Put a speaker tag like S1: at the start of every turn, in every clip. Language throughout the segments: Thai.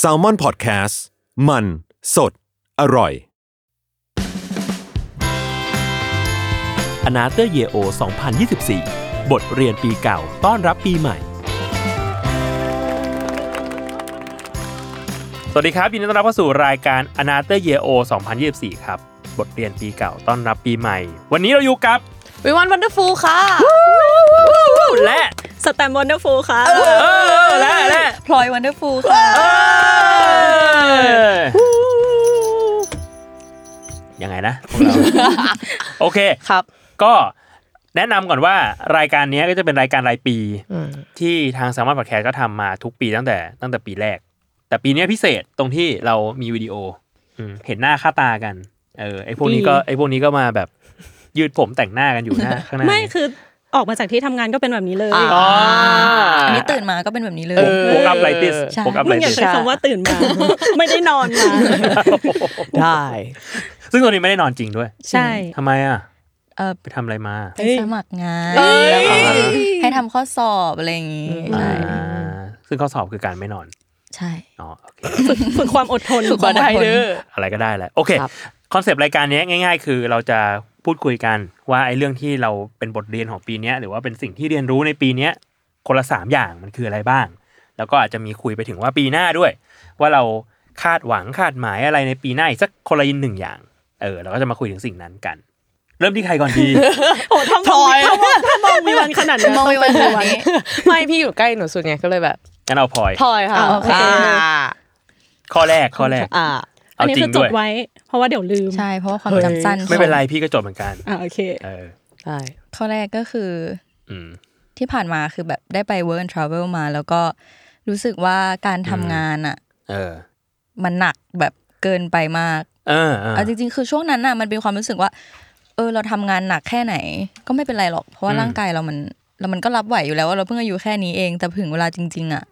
S1: s a l ม o n PODCAST มันสดอร่อย
S2: a n a t h e r Year O 2024 บทเรียนปีเก่าต้อนรับปีใหม่ สวัสดีครับยินดีต้อนรับเข้าสู่รายการ a n a t h e r Year O 2024 ครับ บทเรียนปีเก่าต้อนรับปีใหม่ วันนี้เราอยู่กับ
S3: วิวันวันเดอร์ฟูลค่ะ
S2: และ
S3: สแตมวันเดอร์ฟูลค่ะ
S2: เออและและ
S3: พลอยวันเดอร์ฟูลค่ะ
S2: ยังไงนะพวกเรา โอเค
S3: ครับ
S2: ก็แนะนำก่อนว่ารายการเนี้ยก็จะเป็นรายการรายปี ที่ทางสามารถพอดแคสต์ก็ทำมาทุกปีตั้งแต่ตั้งแต่ปีแรก แต่ปีเนี้ยพิเศษตรงที่เรามีวิดีโออืมเห็นหน้าค่าตากันเออไอพวกนี้ก็
S3: ดี
S2: ไอพวกนี้ก็มาแบบยืดผมแต่งหน้ากันอยู่หน้า ข้างหน้า
S4: ไม่คือออกมาจากที่ทำงานก็เป็นแบบนี้เลย
S3: อ่า
S2: อ๋อ
S3: อั
S2: อั
S3: นนี้ตื่นมาก็เป็นแบบนี้เลย
S2: โปกอัพไลติส
S3: ใช่
S2: โปกอัพ
S4: มึ
S2: ไล
S4: งอย่า
S2: ติส
S4: ใช้คำว่าตื่นมา ไม่ได้นอนมา
S5: ได้
S2: ซึ่งตัวนี้ไม่ได้นอนจริงด้วย
S4: ใช่
S2: ทำไมอ่ะ
S3: เออ
S2: ไปทำอะไรมา
S3: ไปสมัครงาน
S4: เอ้ย
S3: แล้วก็ให้ทำข้อสอบอะไรอย่างงี้
S5: อืม
S2: อ่าซึ่งข้อสอบคือการไม่นอน
S3: ใช่
S2: อ๋อโอเค
S4: ฝึกฝึกความอดทน
S3: ฝึกความอดทน
S2: อะไรก็ได้แหละโอเค
S5: ครับ
S2: คอนเซปต์รายการเนี้ยง่าย ๆ คือเราจะพูดคุยกันว่าไอ้เรื่องที่เราเป็นบทเรียนของปีเนี้ยหรือว่าเป็นสิ่งที่เรียนรู้ในปีเนี้ยคนละสามอย่างมันคืออะไรบ้าง แล้วก็อาจจะมีคุยไปถึงว่าปีหน้าด้วย ว่าเราคาดหวังคาดหมายอะไรในปีหน้าอีกสักคนละหนึ่งอย่างเออเราก็จะมาคุยถึงสิ่งนั้นกัน เริ่มที่ใครก่อนดี
S4: โอ้ทำ
S5: พลอย
S4: ทำมองทำมองมีวันขนาดนี้น
S3: มองไปวันแบบนี้
S5: ไม่พี่อยู่ใกล้หนูสุดไงก็เลยแบบ
S2: งั้นเอาพลอย
S5: พลอยค่ะ
S3: อ่าโอเค
S2: ข้อแรกข้อแรก
S5: อ่า
S2: เอา
S4: อันนี้
S2: จริ
S4: คือง จ
S2: ด้ว
S4: ด
S2: ย
S4: ไว้ เพราะว่าเดี๋ยวลืม
S3: ใช่ เพราะว่าความจำสั้น
S5: เฮ้ย
S2: ไม่เป็นไรพี่ก็จดเหมือนกัน
S4: อ่าโอเค
S2: เออ
S5: ใช่
S3: ข้อแรกก็คือ
S2: อืม
S3: ที่ผ่านมาคือแบบได้ไป work and travel มา แล้วก็รู้สึกว่าการ
S2: อืม
S3: ทำงานอ่ะ
S2: เออ
S3: มันหนักแบบเกินไปมาก
S2: เออเออ
S3: เอาจริงๆ คือช่วงนั้นน่ะมันเป็นความรู้สึกว่า เออเราทำงานหนักแค่ไหน ก็ไม่เป็นไรหรอก เพราะว่า
S2: อืม
S3: ร่างกายเรามันแล้วมันก็รับไหวอยู่แล้วว่าเราเพิ่งอายุแค่นี้เอง แต่ถึงเวลาจริง ๆ อ่ะ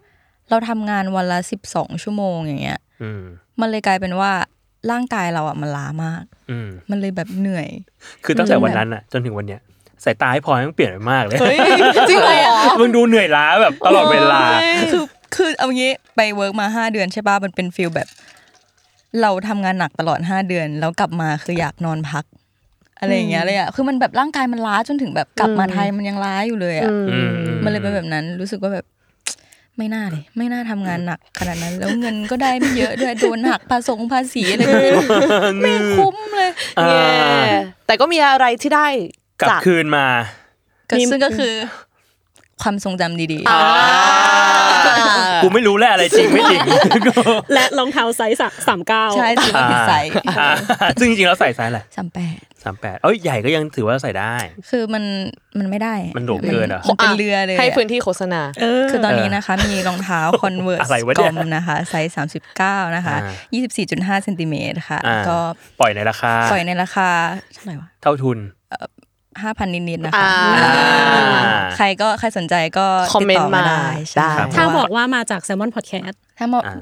S3: เราทำงานวันละสิบสองชั่วโมงอย่างเงี้ย
S2: อืม
S3: มันเลยกลายเป็นว่าร่างกายเราอ่ะมันล้ามาก
S2: อืม
S3: มันเลยแบบเหนื่อย
S2: คือตั้งแต่วันนั้นอะจนถึงวันเนี้ยสายตาให้พลอยมันเปลี่ยนไปมากเลย
S3: จริงเหรอ
S2: มึงดูเหนื่อยล้าแบบตลอดเวลา
S3: คือคือเอางี้ไปเวิร์กมาห้าเดือนใช่ป่ะมันเป็นฟิลแบบ เราทำงานหนักตลอดห้าเดือน แล้วกลับมาคืออยากนอนพัก อะไรอย่างเงี้ยเลยอ่ะคือมันแบบร่างกายมันล้าจนถึงแบบกลับมาไทยมันยังล้าอยู่เลยอ่ะ
S2: อืมอื
S3: มันเลยเป็นแบบนั้นรู้สึกว่าแบบ ไม่น่าเลย ไม่น่าทำงานหนักขนาดนั้น แล้วเงินก็ได้ไม่เยอะด้วยโดนหักภาษงภาษีอะไรก็ ไม่รู้ไม่คุ้มเลย
S2: อ่า
S5: เย่แต่ก็มีอะไรที่ได้
S2: กลับ
S5: จาก
S2: คืนมา
S3: ก็ซึ่งก็คือ ความทรงจำดีๆ
S2: กูไม่รู้แหละอะไรจริงไม่จริง
S4: และรองเท้าไซส์สามเก้า
S3: ใช่ถือว่าผิดไซส์
S2: อ่าซึ่งจริงๆแล้วใส่ไซส์อะไร
S3: สามแปด
S2: สามแปดเอ้ยใหญ่ก็ยังถือว่าใส่ได้
S3: คือมันมันไม่ได้
S2: มันโดดเกินเหรอ
S3: มันเป็นเรือเลยอะ
S5: ให้พื้นที่โฆษณา
S4: เออ
S3: คือตอนนี้นะคะ มีรองเท้า Converse
S2: อะไรวะ
S3: ก
S2: เนี่
S3: ล
S2: ย
S3: มนะคะไซส์39 นะคะ
S2: อ่
S3: 24.5เซนติเมตรค่ะ
S2: อ่า
S3: ก็
S2: ปล่อยในราคา
S3: ปล่อยในราคาเท่าไหร่วะ
S2: เท่าทุน
S3: ห้าพันนิดๆนะคะ
S5: อ่า
S3: ใครก็ใครสนใจก็
S5: คอมเมนต์
S3: ติด
S5: มา
S3: ใช่
S5: ได้
S4: ถ้าบอกว่ามาจากแซมมอนพอดแคสต์
S3: ถ้าบอก
S2: อ่า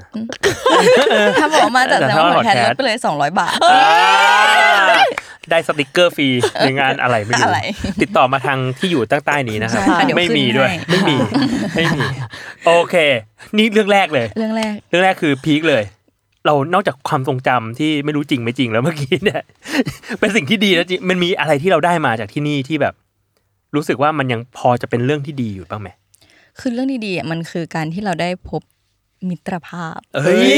S3: ถ้าบอกมาจาก
S2: แต่
S3: แซม
S2: ถ้า
S3: อนแคส
S2: podcast
S3: ลดไปเลย 200 บาท
S2: อ่าได้สติกเกอร์ฟรีหนึ่งงานอะไรไม่รู้
S3: อะไร
S2: ติดต่อมาทางที่อยู่ตั้งใต้นี้นะครับ
S3: ใช่ค่ะเดี๋ยว
S2: ไม่
S3: ขึ้น
S2: มีด้วย
S3: ให้
S2: ไม่มีไม่มี โอเค นี่เรื่องแรกเลย
S3: เรื่องแรก
S2: เรื่องแรกคือพีคเลย เรานอกจากความทรงจำที่ไม่รู้จริงไม่จริงแล้วเมื่อกี้เนี่ย เป็นสิ่งที่ดีแล้วจริงมันมีอะไรที่เราได้มาจากที่นี่ที่แบบ รู้สึกว่ามันยังพอจะเป็นเรื่องที่ดีอยู่บ้างไหม
S3: คือเรื่องดีๆอ่ะมันคือการที่เราได้พบมิตรภาพ
S2: เอ้ย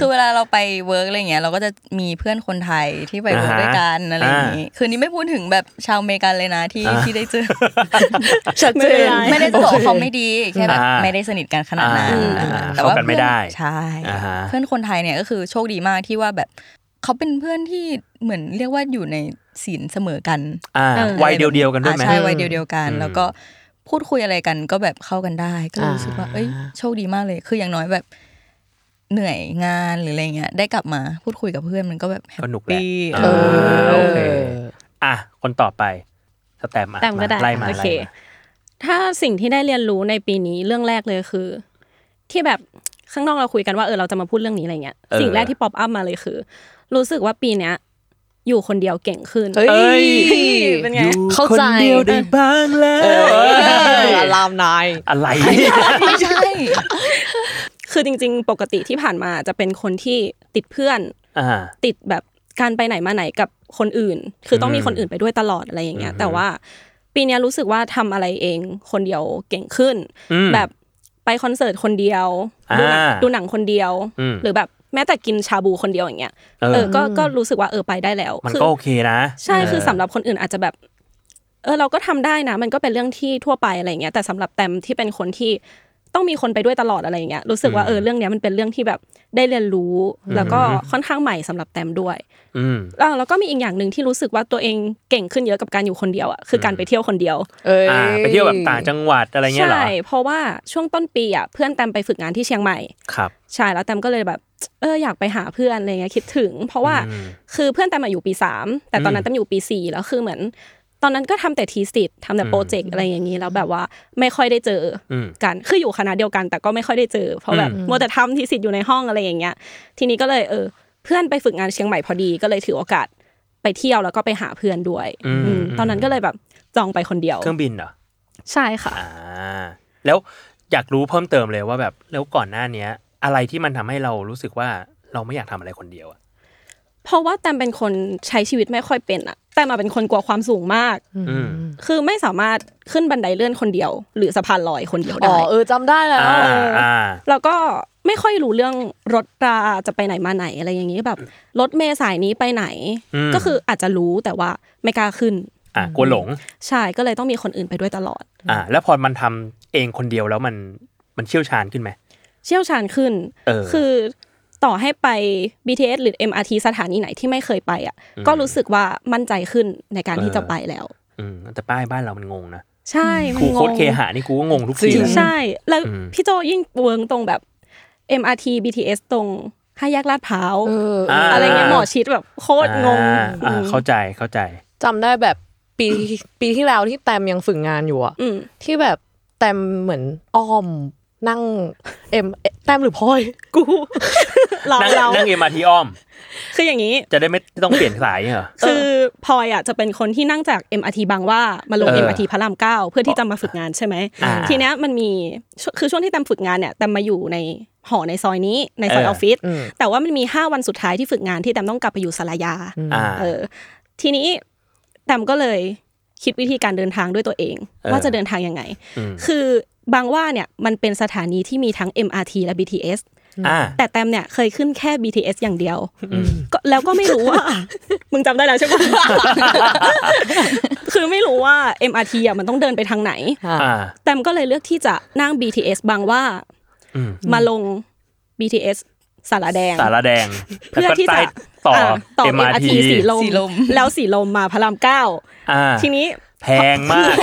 S3: คือเวลาเราไปเวิร์กอะไรเงี้ยเราก็จะมีเพื่อนคนไทยที่ไปเวิร์ก
S2: อ่าฮะ
S3: ด้วยกันอะไรอย่างงี้คืนนี้ไม่พูดถึงแบบชาวอเมริกันเลยนะที่
S2: อ่า
S3: ที่ได้เจอ
S5: ชัด
S4: ไม่
S5: เจ
S4: เป็น
S5: น
S4: ไร
S3: ไม่ได้จะบอกว่าเขาไม่ดีแค่แบบ
S2: อ่า
S3: ไม่ได้สนิทกันขนาดนั้น
S2: อ่า
S3: นะคะ
S2: อ่า
S3: แต่ว่า
S2: เข้ากันไม่ได้
S3: เพื่อนใช่
S2: อ่าฮะ
S3: เพื่อนคนไทยเนี่ยก็คือโชคดีมากที่ว่าแบบเขาเป็นเพื่อนที่เหมือนเรียกว่าอยู่ในศีลเสมอกัน
S2: อ่าวัยเดียวๆกันด้วยไหม
S3: อ่าใช่วัยเดียวเดียวกัน
S2: อืม
S3: แล้วก็พูดคุยอะไรกันก็แบบเข้ากันได้ ก็
S5: อ่ารู้
S3: รู้สึกว่า เอ้ยโชคดีมากเลย คืออย่างน้อยแบบเหนื่อยงานหรืออะไรเงี้ยได้กลับมาพูดคุยกับเพื่อนมันก็แบบแฮ
S2: ก็
S3: ป
S2: หนุกแหละ
S3: ปี้
S2: อ่า
S3: เออ
S2: โอเคอ่ะคนต่อไปสแตมป์อ่ะ
S4: แต่ก็ได้
S2: าไล่มา
S4: โอ
S2: ไล่
S4: เค
S2: มา
S4: ถ้าสิ่งที่ได้เรียนรู้ในปีนี้เรื่องแรกเลยคือ ที่แบบข้างนอกเราคุยกันว่าเออเราจะมาพูดเรื่องนี้อะไรเงี้ย
S2: เออ
S4: สิ่งแรกที่ป๊อปอัพมาเลยคือ รู้สึกว่าปีเนี้ย อยู่คนเดียวเก่งขึ้น
S5: เฮ้ย
S2: เอ้ย
S5: เป็น
S2: อ
S5: ไง
S2: ยู่
S5: เข้า
S2: คน
S5: ใจ
S2: เดียวได้บ้างแล้ว
S5: อารามนาย
S2: อะไร
S3: ไม่ใช่
S4: คือจริง ๆ ปกติที่ผ่านมาจะเป็นคนที่ติดเพื่อน
S2: อ่า
S4: ติดแบบการไปไหนมาไหนกับคนอื่น คือต้องมี
S2: อืม
S4: คนอื่นไปด้วยตลอดอะไรอย่างเงี้ย
S2: อือฮึ
S4: แต่ว่าปีเนี้ยรู้สึกว่าทำอะไรเองคนเดียวเก่งขึ้น
S2: อืม
S4: แบบไปคอนเสิร์ตคนเดียว ดูหนัง
S2: อ่า
S4: ดูหนังคนเดียว
S2: อืม
S4: หรือแบบแม้แต่กินชาบูคนเดียวอย่างเงี้ย
S2: เอ
S4: เอ
S2: อ
S4: อ ก็ ก็รู้สึกว่าเออไปได้แล้ว
S2: มัน
S4: คือ
S2: ก็โอเคนะ
S4: ใช่ คือ
S2: เ
S4: สำหรับคนอื่นอาจจะแบบ เออ เราก็ทำได้นะ มันก็เป็นเรื่องที่ทั่วไปอะไรอย่างเงี้ย แต่สำหรับแตมที่เป็นคนที่ต้องมีคนไปด้วยตลอดอะไรอย่างเงี้ย รู้สึกว่า
S2: อืม
S4: เออ เรื่องเนี้ยมันเป็นเรื่องที่แบบได้เรียนรู้ แล้วก็
S2: อือฮึ
S4: ค่อนข้างใหม่สำหรับแตมด้วย
S2: อืม
S4: แล้วเราก็มีอีกอย่างหนึ่งที่รู้สึกว่าตัวเองเก่งขึ้นเยอะกับการอยู่คนเดียวอ่ะคือการไปเที่ยวคนเดียว
S5: เอ้ย
S2: อ่า ไปเที่ยวแบบต่างจังหวัดอะไรเงี้ยเหรอ
S4: ใช่เพราะว่าช่วงต้นปีอ่ะเพื่อนแตมไปฝึกงานที่เชียงใหม่
S2: ครับ
S4: ใช่แล้วแตมก็เลยแบบเอออยากไปหาเพื่อนอะไรเงี้ยคิดถึง เพราะว่า
S2: อืม
S4: คือเพื่อนแตมอะอยู่ปีสามแต่ตอนนั้นแตมอยู่ปีสี่แล้วคือเหมือน ตอนนั้นก็ทำแต่ทีสิทธ์ทำแต่โปรเจกต์อะไรอย่างนี้แล้วแบบว่าไม่ค่อยได้เจออ
S2: ม
S4: กันคืออยู่คณะเดียวกันแต่ก็ไม่ค่อยได้เจอ เพราะแบบ
S2: อืม
S4: มัวแต่ทำทีสิทธ์อยู่ในห้องอะไรอย่างเงี้ย ทีนี้ก็เลยเออ เพื่อนไปฝึกงานเชียงใหม่พอดีก็เลยถือโอกาสไปเที่ยวแล้วก็ไปหาเพื่อนด้วย
S2: อืม
S4: อืมตอนนั้นก็เลยแบบจองไปคนเดียว
S2: เครื่องบินเหรอ
S4: ใช่ค่ะ
S2: อ่า แล้วอยากรู้เพิ่มเติมเลยว่าแบบแล้วก่อนหน้าเนี้ย อะไรที่มันทำให้เรารู้สึกว่าเราไม่อยากทำอะไรคนเดียวอะ
S4: เพราะว่าแตมเป็นคนใช้ชีวิตไม่ค่อยเป็นอะแต่มาเป็นคนกลัวความสูงมาก
S2: อืม
S4: คือไม่สามารถขึ้นบันไดเลื่อนคนเดียว หรือสะพานลอยคนเดียว
S5: อ๋อ
S4: ได้
S5: เออจำได้แล้ว
S2: อ่าอ่า
S4: แล้วก็ไม่ค่อยรู้เรื่องรถราจะไปไหนมาไหนอะไรอย่างนี้แบบรถเมล์สายนี้ไปไหน
S2: อืม
S4: ก็คืออาจจะรู้แต่ว่าไม่กล้าขึ้น
S2: อ่ะกลัวหลง
S4: ใช่ก็เลยต้องมีคนอื่นไปด้วยตลอด
S2: อ่า แล้วพอมันทำเองคนเดียวแล้วมันมันเชี่ยวชาญขึ้นไหม
S4: เชี่ยวชาญขึ้น
S2: เออ
S4: คือต่อให้ไป BTS หรือ MRT สถานีไหนที่ไม่เคยไปอ่ะ ก็รู้สึกว่ามั่นใจขึ้นในการที่จะไปแล้ว
S2: อืมแต่ป้ายบ้านเรามันงงนะ
S4: ใช่มัน
S2: กู
S4: ง
S2: โคตรง เคหะนี่กูก็งงทุกทีเลย
S4: ใช่ แล้ว
S2: อืม
S4: พี่โจยิ่งเวิงตรงแบบ MRT BTS ตรงห้าแยกลาดพร้าว
S5: เออเออ
S2: อ่า
S4: อะไรเงี้ยหมอชิดแบบโคตรงง
S2: อ่า
S4: อื
S2: อ่ามเข้าใจเข้าใจ
S5: จำได้แบบปีปีที่แล้วที่แตมยังฝึกงานอยู่อะ
S4: อืม
S5: ที่แบบแตมเหมือนอ้อมนั่งเอ็มเอ๊ะแตมหรือพลอย
S4: กู เรา
S2: นั่ง
S4: เรา
S2: นั่งเอ็มอาทีอ้อม
S4: คืออย่างนี้
S2: จะได้ไม่ต้องเปลี่ยนสายเหรอ
S4: คือพลอยอ่ะจะเป็นคนที่นั่งจาก MRT บางหว่ามาลง
S2: เออ
S4: MRT พระรามเก้าเพื่อที่จะมาฝึกงานใช่ไหม
S2: อ่า
S4: ทีเนี้ยมันมีช่วงคือช่วงที่แตมฝึกงานเนี่ยแตมมาอยู่ในหอในซอยนี้ในซอยออฟฟิศ
S5: อืม
S4: แต่ว่ามันมีห้าวันสุดท้ายที่ฝึกงานที่แตมต้องกลับไปอยู่สารยา
S2: อ่า
S4: เออทีนี้แตมก็เลยคิดวิธีการเดินทางด้วยตัวเอง
S2: เออ
S4: ว่าจะเดินทางยังไง
S2: ม
S4: คือบางว่าเนี่ยมันเป็นสถานีที่มีทั้ง MRT และ BTS
S2: อ่า
S4: แต่แตมเนี่ยเคยขึ้นแค่ BTS อย่างเดียวก็แล้วก็ไม่รู้ว่า มึงจำได้แล้วใช่ไหม คือไม่รู้ว่า MRT อ่ะมันต้องเดินไปทางไหน
S2: อ่า
S4: แตมก็เลยเลือกที่จะนั่ง BTS บางว่า
S2: อืม
S4: มาลง BTS สารแดง
S2: สารแดง
S4: เพื่อที่จะ
S2: แล้วก็ใต้ต่อ
S4: อ่ะต่อ
S2: เอ็มอา
S4: MRT
S2: ที
S4: สีล
S3: สีล
S4: ม
S3: ม
S4: แล้วสีลมมาพระรามเก้า
S2: อ่า
S4: ทีนี้
S2: แพงมาก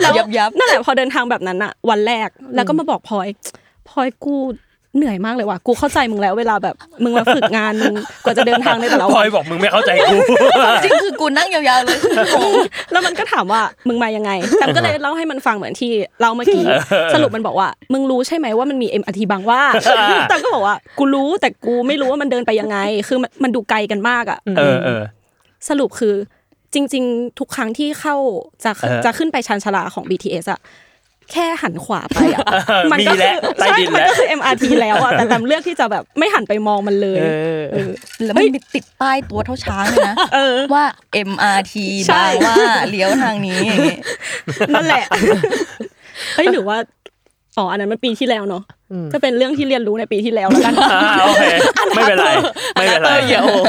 S4: แล้ว
S3: ยับยับ
S4: นั่นแหละพอเดินทางแบบนั้นอะวันแรกแล้วก็มาบอกพลอยพลอยกูเหนื่อยมากเลยว่ะกูเข้าใจมึงแล้วเวลาแบบมึงมาฝึกงานมึงกว่าจะเดินทางในแต่ละ
S2: พล
S4: วั
S2: อย
S4: น
S2: บอกมึงไม่เข้าใจกู
S3: จริงคือกูนั่งยาวๆเลยคือโกง
S4: แล้วมันก็ถามว่ามึงมายังไงแต่ก็เลยเล่าให้มันฟังเหมือนที่เล่าเมื่อ กี้สรุปมันบอกว่า มึงรู้ใช่ไหมว่ามันมี MRT บางหว่า แต่ก็บอกว่ากูรู้แต่กูไม่รู้ว่ามันเดินไปยังไง คือมันมันดูไกลกันมากอะ
S2: เออเออ
S4: สรุปคือจริง ๆ ทุกครั้งที่เข้าจะ
S2: เออ
S4: จะขึ้นไปชานชาลาของ BTS อะแค่หันขวาไปอะมัก็
S2: มีแล้ว
S4: คือ
S2: ใต้
S4: ใช่
S2: ดิน
S4: มั
S2: แล้ว
S4: ก็คือ MRT แล้วอะแต่แตมเลือกที่จะแบบไม่หันไปมองมันเลย
S5: เออ
S3: แล้วมันมีติดป้ายตัวเท่าช้างเลยนะ
S4: เออ
S3: ว่า MRT
S4: ใช่
S3: บางว่าเลี้ยวทางนี้อย่างงี้
S4: นั่นแหละเอ้ยหรือว่าอ๋ออันนั้นมันปีที่แล้วเนาะก็เป็นเรื่องที่เรียนรู้ในปีที่แล้วแล้วกัน
S2: อ่าโอเคไม่เป็นไร ไม่เป็นไร
S5: Another year old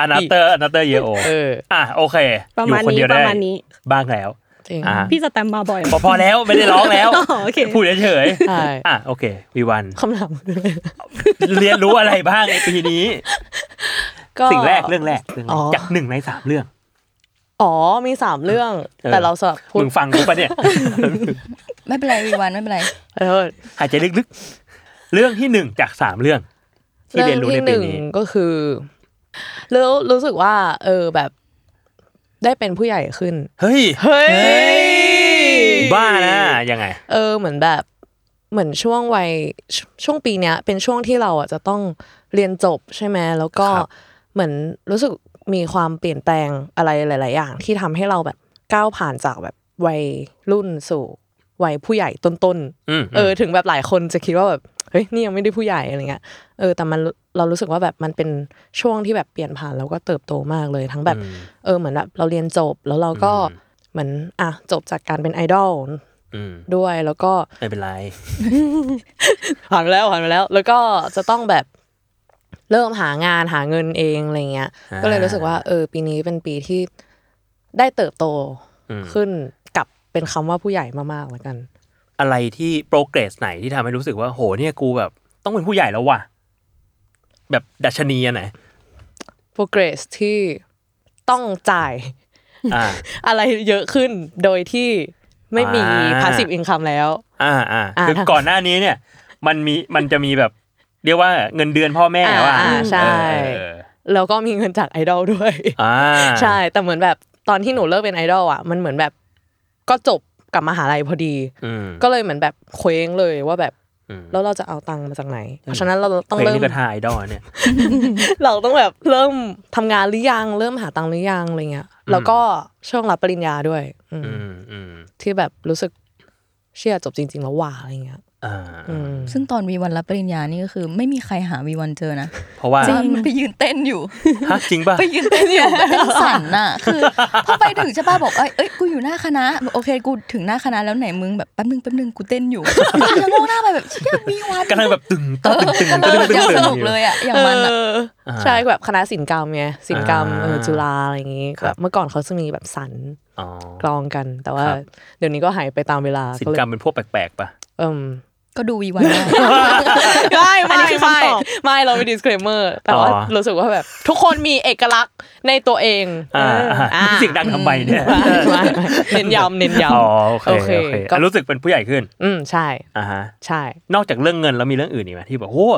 S2: อนาเตอร์อนาเตอร์เยโอ
S5: เออ
S2: อ่ะโอเค
S4: ประ
S2: อยู่
S4: มาณ
S2: คน
S4: นี้
S2: เดียว
S4: ป
S2: ได้
S4: ระมาณนี้
S2: บ้างแล้ว
S5: จริง
S2: อ่า
S4: พี่สแตมมาบ่อย
S2: พอพอแล้วไม่ได้ร้องแล้ว
S4: อ๋อโอเค
S2: พูดเฉย
S5: ใช่
S2: ๆอ่ะโอเควีวัน
S5: คำถามคืออะไรนะ
S2: เรียนรู้อะไรบ้างในปีนี้
S5: ก็
S2: สิ่งแรกเรื่องแรกเรื่องแรก
S5: อ๋อ
S2: จากหนึ่งในสามเรื่อง
S5: อ๋อมีสามเรื่อง
S2: เออ
S5: แต่เราสลับพูด
S2: มึงฟังกูปะเนี่ย
S3: ไม่เป็นไรวีวันไม่เป็นไร
S5: เออ
S2: หายใจลึกๆ เรื่องที่หนึ่งจากสามเรื่อง ที่เรียนรู้ในปีนี้
S5: ก็คือแล้วรู้สึกว่า เออแบบ ได้เป็นผู้ใหญ่ขึ้น
S2: เฮ้ย
S5: เฮ้ย
S2: บ้านะยังไง
S5: เออเหมือนแบบเหมือนช่วงวัยชช่วงปีเนี้ย เป็นช่วงที่เราอ่ะจะต้องเรียนจบใช่ไหมแล้วก็
S2: ครับ
S5: เหมือนรู้สึก มีความเปลี่ยนแปลงอะไรหลาย ๆ อย่าง ที่ทำให้เราแบบก้าวผ่านจากแบบวัยรุ่นสู่วัยผู้ใหญ่ต้น ๆ
S2: อืม
S5: เออถึงแบบหลายคนจะคิดว่าแบบเฮ้ยนี่ยังไม่ได้ผู้ใหญ่อะไรเงี้ยเออแต่มันเรารู้สึกว่าแบบมันเป็นช่วงที่แบบเปลี่ยนผ่านแล้วก็เติบโตมากเลยทั้งแบบ
S2: อืม
S5: เออเหมือนแบบเราเรียนจบแล้วเราก็
S2: อืม
S5: เหมือนอ่ะจบจากการเป็นไอดอล
S2: อืม
S5: ด้วยแล้วก็
S2: ไม่เป็นไร
S5: ผ่านไปแล้วผ่านไปแล้ว แล้วก็จะต้องแบบเริ่มหางานหาเงินเองอะไรเงี้ย
S2: อ่า
S5: ก็เลยรู้สึกว่าเออปีนี้เป็นปีที่ได้เติบโต
S2: อืม
S5: ขึ้นกับเป็นคำว่าผู้ใหญ่มากๆแล้วกัน
S2: อะไรที่โปรเกรสไหนที่ทำให้รู้สึกว่าโหเนี่ยกูแบบ ต้องเป็นผู้ใหญ่แล้วว่ะ แบบดัชนีอันไหน
S5: progress ที่ต้องจ่าย
S2: อ่า
S5: อะไรเยอะขึ้นโดยที่ไม่มี
S2: อ่า
S5: passive income แล้ว
S2: อ่าอ่า
S5: อ่า
S2: คือ
S5: ทาง
S2: ก่อนหน้านี้เนี่ย มันมีมันจะมีแบบ เรียกว่าเงินเดือนพ่อแม่
S5: อ่า
S2: ว่า
S5: อ่าใช่
S2: เออ
S5: แล้วก็มีเงินจากไอดอลด้วย
S2: อ่า
S5: ใช่ แต่เหมือนแบบตอนที่หนูเลิกเป็นไอดอลอ่ะ มันเหมือนแบบก็จบกับมหาลัยพอดี
S2: อืม
S5: ก็เลยเหมือนแบบเคว้งเลยว่าแบบ
S2: อืม
S5: แล้วเราจะเอาตังค์มาจากไหน เพราะฉะนั้นเราต้อง
S2: เพล
S5: เริ่ม
S2: นี่ก็ท่าไอดอลเนี่ย
S5: เราต้องแบบเริ่มทำงานหรือยังเริ่มหาตังค์หรือยังอะไรเงี้ย แล้วก็ช่วงรับปริญญาด้วยอืม
S2: อืมอืม
S5: ที่แบบรู้สึกเชื่อจบจริง ๆ แล้วว่าอะไรเงี้ย
S2: อ่า
S5: อืม
S3: ซึ่งตอนวีวันรับปริญญานี่ก็คือ ไม่มีใครหาวีวันเจอนะ
S2: เพราะว่า
S3: วีวันมันไปยืนเต้นอยู่
S2: ฮะจริงป่ะ
S3: ไปยืนเต้นอยู่เต้นสั่นน่ะ คือพอไปถึงใช่ป่ะบอกเอ้ยเอ้ยกูอยู่หน้าคณะแบบโอเคกูถึงหน้าคณะแล้วไหนมึงแบบแป๊บนึงแป๊บนึงกูเต้นอยู่ แล้วมองหน้าไปแบบเชี่ยวีวัน
S2: กำลังแบบตึงตึงตึง
S3: เอ
S2: ตึงตึง
S3: อยัง
S2: ตึ
S3: ส
S2: ง
S3: นุก
S2: อยู่
S3: เลยอ่ะอย่างมันอะ
S5: เออ
S2: อ่า
S5: ใช่แบบคณะศิลปกรรมไงศิลปกรรมเออ
S2: อ่า
S5: จุฬาอะไรอย่างงี้
S2: ครับ
S5: แบบเมื่อก่อนเขาจะมีแบบสัน
S2: อ๋อ
S5: กลองกัน แต่ว่า
S2: ครับ
S5: เดี๋ยวนี้ก็หายไปตามเวลา
S2: ศิลป
S5: ก็เลย
S2: กรรมเป็นพวกแปลกๆป่ะ
S5: เอิ่ม
S3: ก็ดูวีวันได้
S4: อั
S5: ไม่
S4: นนี้
S5: ไม่
S4: คือ
S5: ไม่
S4: คำตอบ
S5: ไม่เราไม่ disclaimer แต่ว่า
S2: อ๋อ
S5: รู้สึกว่าแบบ ทุกคนมีเอกลักษณ์ในตัวเอง
S2: อ่า
S5: เอออ่า
S2: เสียงดังทำไมเนี่ย
S5: ไม่ไม่ไม่เน้นย้ำเน้นย้ำ
S2: อ๋อโอเค
S5: โอ
S2: โอ
S5: เค
S2: เค
S5: ก็
S2: อ่ะรู้สึกเป็นผู้ใหญ่ขึ้น
S5: อืมใช่
S2: อ่าฮะ
S5: ใช่
S2: นอกจากเรื่องเงินแล้วมีเรื่องอื่นอีกไหมที่แบบโอ้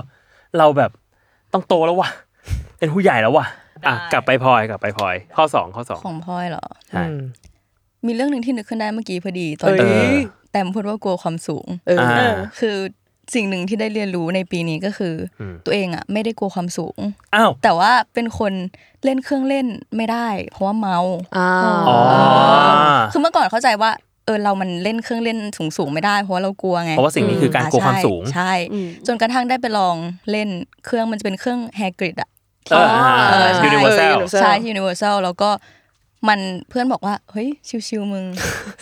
S2: เราแบบต้องโตแล้วว่ะ เป็นผู้ใหญ่แล้วว่ะอ่ะกลับไปพลอยกลับไปพลอย ข้อสองข้อสอง
S3: ของพลอยเหรอ
S2: ใช่
S5: อืม
S3: มีเรื่องหนึ่งที่นึกขึ้นได้เมื่อกี้พอดีตอน
S5: เอ้
S3: ที่
S5: ย
S3: แต้มพูดว่ากลัวความสูง
S5: เออ
S2: อ่า
S5: เออ
S3: คือสิ่งหนึ่งที่ได้เรียนรู้ในปีนี้ก็คืออ
S2: ม
S3: ตัวเองอ่ะไม่ได้กลัวความสูง
S2: อ้าว
S3: แต่ว่าเป็นคนเล่นเครื่องเล่นไม่ได้ เพราะว่าเมา
S5: อ่า
S2: อ๋อ
S3: คือเมื่อก่อนเข้าใจว่าเออเรามันเล่นเครื่องเล่นสูงสูงๆไม่ได้เพราะว่าเรากลัวไง
S2: เพราะว่าสิ่งนี้คือการกลัวความสูง
S3: ใช่
S4: อืม
S3: ใช่ จนกระทั่งได้ไปลองเล่นเครื่องมันจะเป็นเครื่องแฮกริดอะ
S2: เอออ่า
S3: เออใช่
S2: universal
S5: เออ universal
S3: ใช่ที่ Universal แล้วก็มันเพื่อนบอกว่า เฮ้ย ชิวๆมึง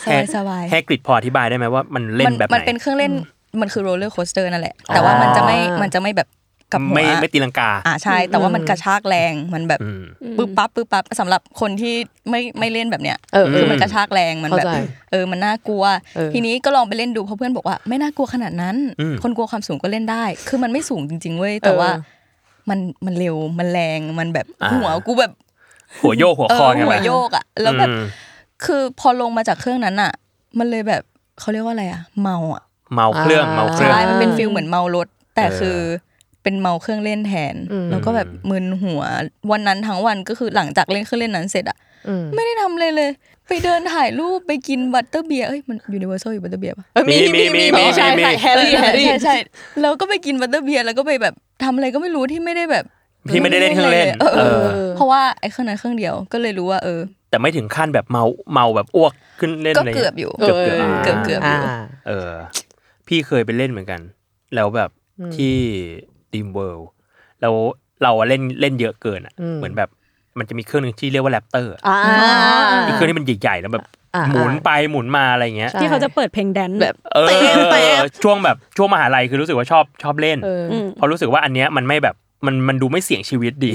S3: สบายสบายๆ
S2: แฮกริดพออธิบายได้ไหมว่ามันเล่นแบบไหน
S3: มันเป็นเครื่องเล่นมันคือโรลเลอร์โคสเตอร์นั่นแหละ แต่ว่ามันจะไม่มันจะไม่แบบกับหัว
S2: ไม่ไม่ตีลังกา
S3: อ่าใช่ แต่ว่ามันกระชากแรงมันแบบ
S2: อืม
S3: ปึ๊บปั๊บปึ๊บปั๊บสำหรับคนที่ไม่ไม่เล่นแบบเนี้ย
S5: เออเอ
S3: คือ อมันกระชากแรงมันแบบ
S5: เข้าใจ
S3: เออมันน่ากลัว
S5: เออ
S3: ทีนี้ก็ลองไปเล่นดูเพราะเพื่อนบอกว่าไม่น่ากลัวขนาดนั้น
S2: อืม
S3: คนกลัวความสูงก็เล่นได้ คือมันไม่สูงจริง ๆเว้ยแต่ว่า
S5: เออ
S3: มันมันเร็วมันแรงมันแบบ
S2: อ่า
S3: หัวกูแบบ
S2: หัวโยกหัว
S3: เอ
S2: คอ
S3: อ
S2: ไง
S3: หัว
S2: มัน
S3: โยกอ่ะแล้วแบบ
S2: อืม
S3: คือพอลงมาจากเครื่องนั้นอ่ะ มันเลยแบบเขาเรียกว่าอะไรอ่ะเมาอ่ะ
S2: เมาเครื่องเมาเครื่อง
S3: ใช่
S5: อ่ามั
S3: มันเป็นฟิลเหมือนเมารถ แต่
S2: เออ
S3: คือเป็นเมาเครื่องเล่นแทน
S5: อืม
S3: แล้วก็แบบมึนหัว วันนั้นทั้งวันก็คือหลังจากเล่นเครื่องเล่นนั้นเสร็จอ่ะ
S5: อืม
S3: ไม่ได้ทำเลยเลย ไปเดินถ่ายรูปไปกินบัตเตอร์เบียร์เอ้ยมันยูนิเวอร์แซลอยู่บัตเตอร์เบียร์ปะ
S5: เออมี
S2: มี
S5: มี
S2: มีมี
S5: มีมีใช่
S2: มี
S5: ใช่แฮร์รี่แฮร์รี่
S3: ใช่ใช่แล้วก็ไปกินบัตเตอร์เบียร์แล้วก็ไปแบบทำอะไรก็ไม่รู้ที่ไม่ได้แบบ
S2: ที่ไม่ได้เล่นเครื่องเล่น
S3: เออ
S2: เออ
S3: เพราะว่าไอ้เครื่องนั้นเครื่องเดียวก็เลยรู้ว่าเออ
S2: แต่ไม่ถึงขั้นแบบเมาเมาแบบอ้วกขึ้นเล่น
S3: ก็
S2: อะไร
S3: เกือบอยู่
S2: เกือบเกือบ
S3: เกือบเกือบ
S5: อ่า
S2: เออ พี่เคยไปเล่นเหมือนกัน แล้วแบบ
S5: อืม
S2: ที่ดีมเวิลด์แล้วเราอะเล่นเล่นเยอะเกินอ่ะ
S5: อืม
S2: เหมือนแบบมันจะมีเครื่องหนึงที่เรียกว่าแรปเตอร์
S5: อ่า
S2: อีกเครื่องที่มันใหญ่ๆแล้วแบบ
S5: อ่า
S2: หมุนไปหมุนมาอะไรอย่างเงี้ย
S5: ใช่
S4: ที่เขาจะเปิดเพลงแดนซ์
S5: แบบ
S2: เออ
S5: เตะเตะ
S2: ช่วงแบบช่วงมหาลัยคือรู้สึกว่าชอบชอบเล่น
S5: เออ
S4: อืม
S2: เพราะรู้สึกว่าอันเนี้ยมันไม่แบบมันมันดูไม่เสี่ยงชีวิตดี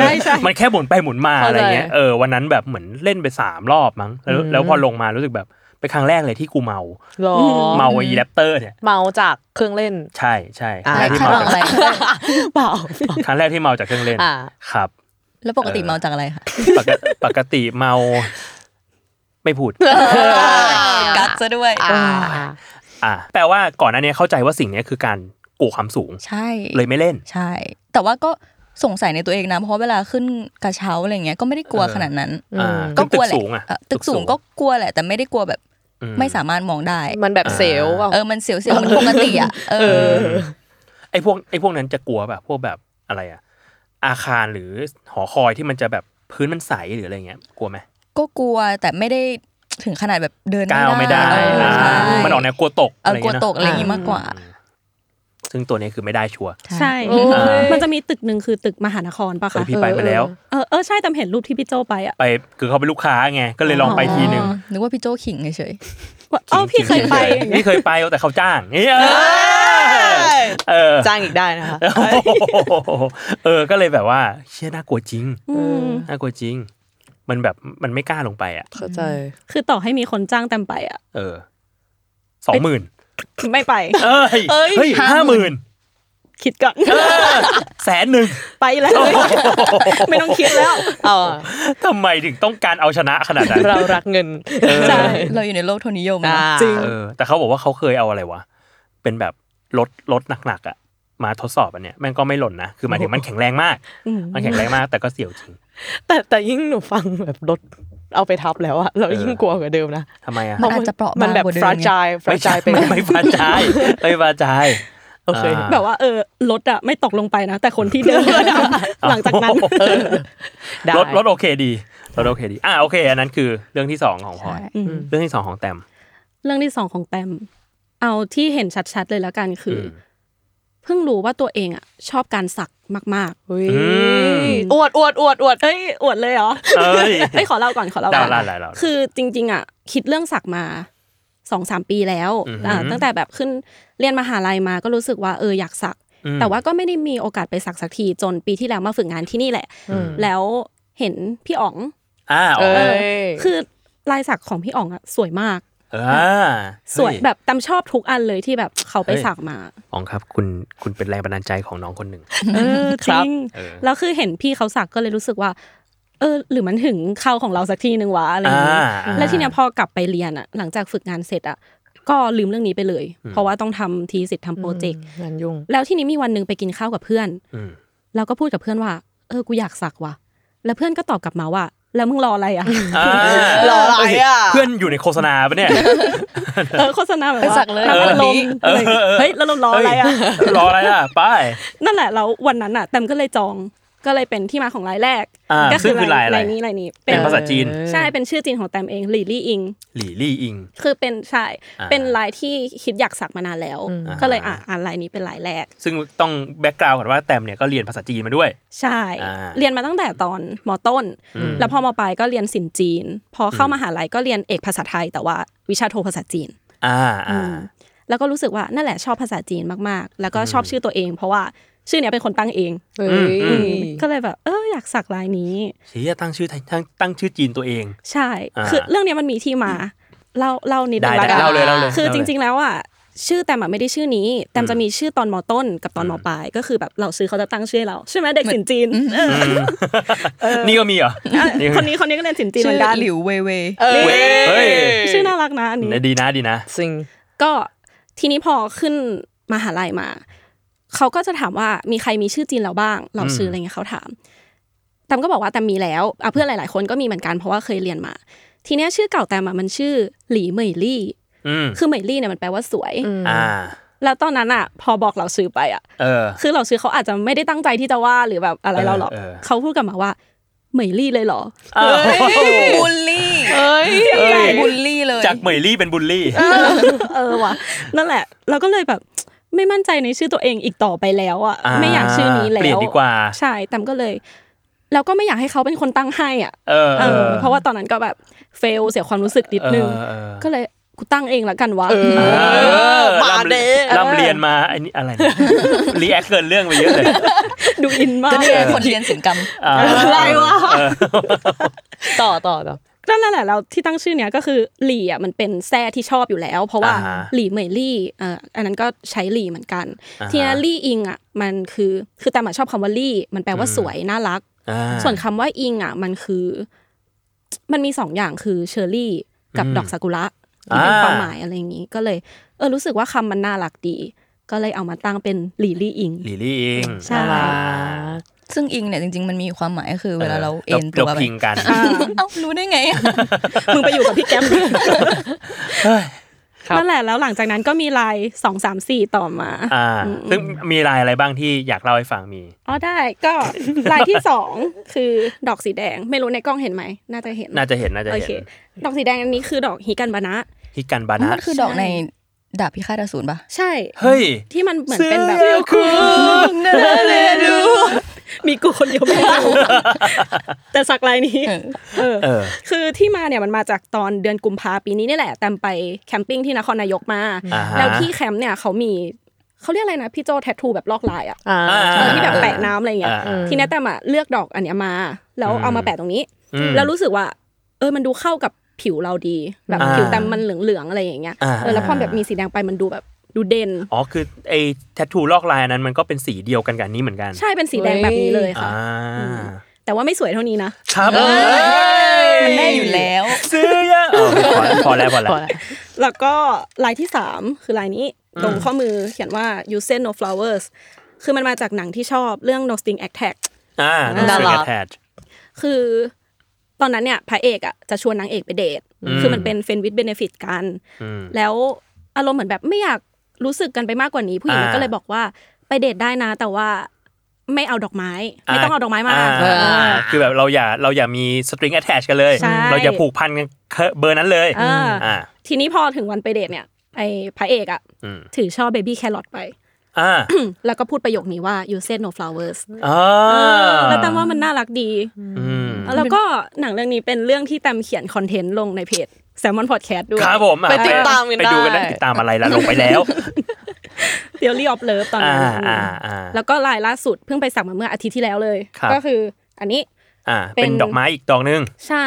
S4: ใช่ใช่
S2: มันแค่หมุนไปหมุนมา
S5: เข้า
S2: อะ
S5: ใจ
S2: ไรเงี้ยเออวันนั้นแบบเหมือนเล่นไปสามรอบมั้งแล้ว
S5: อืม
S2: แล้วพอลงมารู้สึกแบบเป็นครั้งแรกเลยที่กูเมา
S5: หรอ
S2: เมาไอ้แรปเตอร์เนี่ย
S5: เมาจากเครื่องเล่น
S2: ใช่ใช่
S5: อ่า
S2: ครั้งแรกที่
S3: คาด
S2: เมา
S3: หวัง
S2: จาก
S3: อะไร
S5: เปล่า
S2: ครั้งแรกที่เมาจากเครื่องเล่น
S5: อ่า
S2: ครับ
S3: แล้วปกติ
S2: เออ
S3: เมาจากอะไรคะ
S2: ปกติปกติเมา ไม่พูด
S3: กัดซะด้วย
S5: อ่า
S2: อ่ะแปลว่าก่อนหน้านี้เข้าใจว่าสิ่งเนี้ยคือการกลัวความสูง
S3: ใช่
S2: เลยไม่เล่น
S3: ใช่ แต่ว่าก็สงสัยในตัวเองนะเพราะเวลาขึ้นกระเช้าอะไรเงี้ยก็ไม่ได้กลัว
S2: เออ
S3: ขนาดนั้น
S5: อืม
S2: อ่า
S3: ก็กลัว
S2: ตึ
S3: แหละ
S2: สูงอ่ะ
S3: เอ่อตึกสูงก็กลัวแหละ แต่ไม่ได้กลัวแบบ
S2: อืม
S3: ไม่สามารถมองได้
S5: มันแบบเซลล์เปล่า
S3: เออ มันเสียวๆ มันปกติอ่ะ เออ
S2: ไอ้พวกไอ้พวกนั้นจะกลัวแบบพวกแบบอะไรอะอาคารหรือหอคอยที่มันจะแบบ พื้นมันใสหรืออะไรเงี้ยกลัวไหม
S3: ก็กลัวแต่ไม่ได้ถึงขนาดแบบเดิน
S2: ก้าวไม่ได้
S3: เออ
S2: อ่า
S3: ใช่
S2: มันออกแนวกลัวตก
S3: เอ
S2: อะ
S3: อ
S2: ไร
S3: กลัว
S2: เงี้ย
S3: ตก
S2: เนอะ
S3: อะไรอย่างงี้มากกว่า
S2: ซึ่งตัวนี้คือไม่ได้ชัวร์
S4: ใช่
S5: โอ้ย
S4: มันจะมีตึกหนึ่งคือตึกมหานครปะ
S2: เอ
S4: คะ
S2: อพี่ไปมาแล้ว
S4: เออเออใช่จำเห็นรูปที่พี่โจไปอ่ะ
S2: ไปคือเขาเป็นลูกค้าไงก็เลยลองไปทีนึง
S3: อ๋อนึกว่าพี่โจขิงเฉย
S4: ว่าเอ๋อพี่เคยไปอย่างเงี้ย
S2: พี่เคยไปแต่เขาจ้างนี่เออเออ
S5: จ้างอีกได้นะคะ
S2: โอ้โหเออก็เลยแบบว่าเชี่ยน่ากลัวจริง
S4: อืม
S2: น่ากลัวจริง มันแบบมันไม่กล้าลงไปอ่ะ
S5: เข้าใจ
S4: คือต่อให้มีคนจ้างแตมไปอ่ะ
S2: เออสองหมื่น
S4: ไม่ไป
S2: เอ้ย
S4: เอ้ย
S2: เฮ้ยห้าหมื่น
S4: คิดก่อน
S2: แสนหนึ่ง
S4: ไปเลย ไม่ต้องคิดแล้ว
S5: เอาอะ
S2: ทำไมถึงต้องการเอาชนะขนาดนั้น
S5: เรารักเงิน
S4: ใช่
S3: ๆ เราอยู่ในโลกทุนนิยม
S5: อ่า
S3: นะ
S5: จริง
S2: เออ แต่เขาบอกว่าเขาเคยเอาอะไรวะเป็นแบบรถรถหนักๆอ่ะ มาทดสอบอันเนี้ยแม่งก็ไม่หล่นนะคือหมายถึงมันแข็งแรงมาก
S4: อืม
S2: มันแข็งแรงมาก แต่ก็เสียวจริง
S5: แต่แต่ยิ่งหนูฟังแบบรถเอาไปทับแล้วอะเรายิ่งกลัวกว่าเดิมนะ
S2: ทำไมอ่ะ
S3: มันอาจจะเปราะบาง
S5: มันแบบ
S3: กว่าเดิม
S5: ฟ
S3: ไง
S5: ราจายฟราจายไป
S2: ไม่ใช่ไม่ฟ้า ใจายไม่ฟ้าใจาย
S5: โอเค
S2: า
S4: แบบว่าเออรถอะไม่ตกลงไปนะ แต่คนที่เดินอะหลังจากนั้น
S2: เออ
S5: ได้
S2: รถรถโอเคดีรถโอเคดี อ่ะโอเค อันนั้นคือเรื่องที่สองของพลอย
S4: อืม
S2: เรื่องที่สองของแตม
S4: เรื่องที่สองของแตม เอาที่เห็นชัดๆเลยแล้วกันคืออ
S2: ม
S4: เพิ่งรู้ว่าตัวเองอะชอบการสักมาก
S5: อุ้ย
S2: อืม
S5: อวดอวดอวดอวด
S4: ๆเอ้ยอวดเลยเหรอ
S2: เอ้ย
S4: เอ้ยขอเล่าก่อนขอเล่า
S2: เล่า
S4: ก่อน
S2: เล่าเล่าเล่า
S4: คือจริงๆอ่ะคิดเรื่องสักมาสองสามปีแล้ว
S2: อือหืออ่
S4: อ่าตั้งแต่แบบขึ้นเรียนมหาลัยมาก็รู้สึกว่าเอออยากสัก
S2: อืม
S4: แต่ว่าก็ไม่ได้มีโอกาสไปสักสักทีจนปีที่แล้วมาฝึกงานที่นี่แหละ แล้วเห็นพี่อ๋อง
S2: อ่า
S5: เอ้
S2: เอย
S5: ย
S4: คือลายสักของพี่อ๋องอ่ะสวยมาก
S2: เอออ่า
S4: สวยแบบตามชอบทุกอันเลยที่แบบเขาไปสักมา
S2: อ๋องครับคุณคุณเป็นแรงบันดาลใจของน้องคนหนึ่ง
S4: เออจริง
S2: เออ
S4: แล้วคือเห็นพี่เขาสักก็เลยรู้สึกว่า เออ หรือมันถึงเข้าของเราสักทีหนึ่งวะอะไรอย่างงี้
S2: อ่า
S4: แล้วทีเนี้ยพอกลับไปเรียนอะหลังจากฝึกงานเสร็จอะก็ลืมเรื่องนี้ไปเลย เพราะว่าต้องทำทีสิทธิ์ทำโปรเจกต์
S5: งานยุ่ง
S4: แล้วทีนี้มีวันหนึ่งไปกินข้าวกับเพื่อน
S2: อืม
S4: แล้วก็พูดกับเพื่อนว่า เออกูอยากสักว่ะ แล้วเพื่อนก็ตอบกลับมาว่า แล้วมึงรออะไรอะ
S2: อ่าร
S5: ออะไรอ่ะ
S2: เพื่อนอยู่ในโฆษณาปะเนี่ย
S4: เออโฆษณาแบบ
S3: ไป
S4: ว่า
S3: สักเลย
S4: น้ำอัดลม
S2: เออ
S4: เฮ้ยแล้วเรารออะไรอะ
S2: เฮ้ยรออะไรอ่ะไป
S4: นั่นแหละแล้ววันนั้นอะแตมก็เลยจองก็เลยเป็นที่มาของรายแรก
S2: อ่า
S4: ก็
S2: ซึ่งคือรายอะไร
S4: นี้รายนี้
S2: เป็นภาษาจีน
S4: ใช่เป็นชื่อจีนของแตมเองหลีลี่อิง
S2: หลี่ลี่อิง
S4: คือเป็นใช่
S2: อ่า
S4: เป็นลายที่คิดอยากสักมานานแล้ว
S5: อืม
S4: ก็เลย
S2: อ่า
S4: อ่านลายนี้เป็นลายแรก
S2: ซึ่งต้องแบ็กกราวด์ก่อนว่าแตมเนี่ยก็เรียนภาษาจีนมาด้วย
S4: ใช่
S2: อ่า
S4: เรียนมาตั้งแต่ตอนมต้น แล้วพอมปลายก็เรียนศิลป์จีน พอเข้ามหาลัยก็เรียนเอกภาษาไทย แต่ว่าวิชาโทภาษาจีน
S2: อ่าอ่า
S4: แล้วก็รู้สึกว่านั่นแหละชอบภาษาจีนมากๆ แล้วก็ชอบชื่อตัวเอง เพราะว่าชื่อเนี้ยเป็นคนตั้งเอง
S5: เฮ้
S2: อืม
S5: ย
S2: อื
S4: ก็เลยแบบเอออยากสักลายนี้
S2: เชี่ยตั้งชื่อไทยตั้งตั้งชื่อจีนตัวเอง
S4: ใช่
S2: อ่า
S4: คือเรื่องเนี้ยมันมีที่มา เล่าเล่านิดนึง
S2: ได้
S4: ละกั
S2: ได้
S4: น
S2: เล่าเลยเล่าเลย
S4: คือ
S2: เล่าเลย
S4: จริง ๆ แล้วอ่ะชื่อแตมอะไม่ได้ชื่อนี้ แตมจะมีชื่อตอนมต้นกับตอนมปลาย ก็คือแบบเราซื้อเขาจะตั้งชื่อให้เรา ใช่ไหมเด็กสินจีนเออ
S2: นี่ก็มีเหรอนี่ก็
S4: คนนี้คนนี้ก็เรียนสินจีน
S3: ชื่อ
S4: เหมือนกัน
S3: หลิวเวเว
S5: เอ้ย
S2: เฮ้ย
S4: ชื่อน่ารักนะอันนี้
S2: ดีนะดีนะ
S5: จริง
S4: ก็ทีนี้พอขึ้นมหาลัยมา เขาก็จะถามว่ามีใครมีชื่อจีนเราบ้าง เราชื่ออะไรเงี้ยเขาถามแตมก็บอกว่าแตมมีแล้วอ่ะเพื่อนหลาย ๆ คนก็มีเหมือนกันเพราะว่าเคยเรียนมา ทีเนี้ยชื่อเก่าแตมอะมันชื่อหลีเหมยลี่
S2: อืม
S4: คือเหมยลี่เนี่ยมันแปลว่าสวย
S2: อ่า
S4: แล้วตอนนั้นอ่ะ พอบอกเราซื้อไปอ่ะ
S2: เออ
S4: คือเราซื้อเขาอาจจะไม่ได้ตั้งใจที่จะว่าหรือแบบอะไรเราหรอก
S2: เออเออ
S4: เขาพูดกลับมาว่าเหมยลี่ เลยเหรอ
S2: อ้าว
S3: บูลลี่
S5: เอ้ย
S2: เอ้ย
S3: บูลลี่เลย
S2: จากเหมยลี่เป็นบุลลี่
S4: เออว่ะนั่นแหละ เราก็เลยแบบไม่มั่นใจในชื่อตัวเองอีกต่อไปแล้วอ่ะ
S2: อ่า
S4: ไม่อยากชื่อนี้แล้ว
S2: เปลี่ยนดีกว่า
S4: ใช่แตมก็เลยแล้วก็ไม่อยากให้เขาเป็นคนตั้งให้อ่ะ
S2: เออ
S4: เออ เพราะว่าตอนนั้นก็แบบเฟลเสียความรู้สึกนิดนึง
S2: เออเออ
S4: ก็เลยกูตั้งเองละกันวะ
S5: เออ
S2: เออ
S5: มา
S2: ร่ำ
S5: เด้
S2: ร่ำเรียนมาไอ้นี่อะไร รีแอคเกินเรื่องไปเยอะเลย
S4: ดูอินมาก
S3: ก็เนี่ยคนเรียนศิลปกรรม
S2: อ่า
S5: อะไรวะ ต่อต่อต่อ
S4: นั่นแหละเราที่ตั้งชื่อเนี้ยก็คือหลี่อ่ะมันเป็นแซ่ที่ชอบอยู่แล้ว เพราะว่า
S2: อ่าฮะ
S4: หลี่เหมยลี่เอ่ออันนั้นก็ใช้หลี่เหมือนกัน
S2: อ่าฮะ
S4: ทีนี้ลี่อิงอ่ะมันคือคือแต่หมาชอบคำว่าลี่มันแปลว่า
S2: อืม
S4: สวยน่ารัก
S2: อ่า
S4: ส่วนคำว่าอิงอ่ะมันคือ มันมีสองอย่างคือเชอร์รี่กับ
S2: อืม
S4: ดอกซากุระที่เป็น
S2: อ่า
S4: ความหมายอะไรอย่างนี้ก็เลยเออรู้สึกว่าคำมันน่ารักดี ก็เลยเอามาตั้งเป็นหลี่ลี่ อิง
S2: ลิลลี่เอง
S4: ใช่
S2: อ่า
S3: ซึ่งอิงเนี่ยจริง ๆ มันมีความหมายก็คือเวลาเราเอ็นตั
S2: เรา
S3: วไป
S2: พิงกัน
S3: เอ้ารู้ได้ไงอะ
S4: มึงไปอยู่กับพี่แก้มดิ
S5: ครับ
S4: นั่นแหละแล้วหลังจากนั้นก็มีไลน์สองสามสี่ต่อมา
S2: อ่า ซึ่งมีรายอะไรบ้างที่อยากเล่าให้ฟังมี
S4: อ๋อได้ก็ ลายที่สองคือดอกสีแดง ไม่รู้ในกล้องเห็นไหมน่าจะเห็น
S2: น่าจะเห็นน่าจะ
S4: โอ
S2: เห็
S4: เคน ดอกสีแดงอันนี้คือดอกฮิกันบานะ
S2: ฮิกันบา
S3: อ๋อ
S2: นะ
S3: มันคือดอกในดาบพิฆาตอสูรปะ
S4: ใช่
S2: เฮ้ย
S4: ที่มันเหมือนเป็นแบบ
S3: เนเลดู
S4: มีกูคนเดียวไม่รู้ แต่สักลายนี้
S3: เออ
S4: เออ
S2: เออ
S4: คือที่มาเนี่ยมันมาจากตอนเดือนกุมภาปีนี้นี่แหละแตมไปแคมปิ้งที่นครนายกมา
S2: อ่าฮะ
S4: แล้วที่แคมป์เนี่ยเขามีเขาเรียกอะไรนะพี่โจแททูแบบลอกลายอ่ะ
S5: อ่า
S2: อ่า
S4: เออที่แบบแปะน้ำอะไรเงี้ย
S2: อ่า
S4: ทีเนี้ยแตมอะเลือกดอกอันเนี้ยมา แล้วเอามาแปะตรงนี้
S2: อืม
S4: แล้วรู้สึกว่า เออมันดูเข้ากับผิวเราดี แบบ
S2: อ่า
S4: ผิวแตมมันเหลืองๆอะไรอย่างเงี้ย
S2: อ่า
S4: เออแล้วพอแบบมีสีแดงไปมันดูแบบดูเด่น
S2: อ๋อคือไอ้แททูลอกลายอันนั้นมันก็เป็นสีเดียวกันกับอันนี้เหมือนกัน
S4: ใช่เป็นสีแดงแบบนี้เลยค่ะ
S2: อ่า
S4: แต่ว่าไม่สวยเท่านี้นะ
S2: ครับ
S3: เอ้ย
S2: เ
S3: มันแน่อยู่แล้ว
S2: ซื้อยะเอาพอพอแล้วพอแล้ว
S4: แล้วก็ลายที่ 3 คือลายนี้ตรงข้อมือเขียนว่า you send no flowers คือมันมาจากหนังที่ชอบเรื่อง no sting attack
S2: อ่า
S3: น่ารัก
S2: แทช
S4: คือตอนนั้นเนี่ยพระเอกอ่ะจะชวนนางเอกไปเดท
S2: อืม
S4: คือมันเป็นเฟนวิดเบเนฟิตกัน
S2: อืม
S4: แล้วอารมณ์เหมือนแบบไม่อยากรู้สึกกันไปมากกว่านี้ ผู้หญิงมัน
S2: อ่า
S4: ก็เลยบอกว่าไปเดทได้นะ แต่ว่าไม่เอาดอกไม้ ไม่ต้องเอาดอกไม้มา
S2: อ่าคือแบบเราอย่าเราอย่ามีสตริงแอ t แทชกันเลย
S4: ใช่
S2: เราอย่าผูกพันกันเบอร์นั้นเลย
S4: เอออ
S2: อ่า
S4: ทีนี้พอถึงวันไปเดทเนี่ยไอ้พระเอกอ่ะ
S2: อืม
S4: ถือช่อเบบี้แครอทไป
S2: อ่า
S4: แล้วก็พูดประโยคนี้ว่า you said no flowers
S2: อ่า
S4: แล้วแตมว่ามันน่ารักดี
S2: อืม
S4: แล้วก็หนังเรื่องนี้เป็นเรื่องที่แตมเขียนคอนเทนต์ลงในเพจ Salmon Podcast ด้วย
S2: ครับผมอ่ะ
S5: ไปติดตามกัน
S2: ไปดูกัน
S5: ได้
S2: ได้ติดตามอะไรแล้วลงไปแล้ว
S4: Theory of Love ตอน
S2: อ่า
S4: นั้น
S2: อ่าอ่า
S4: แล้วก็ลายล่าสุดเพิ่งไปสักมาเมื่ออาทิตย์ที่แล้วเลย
S2: ครับ
S4: ก็คืออันนี้
S2: อ่า
S4: เป็น
S2: เป็นดอกไม้อีกดอกหนึง
S4: ใช่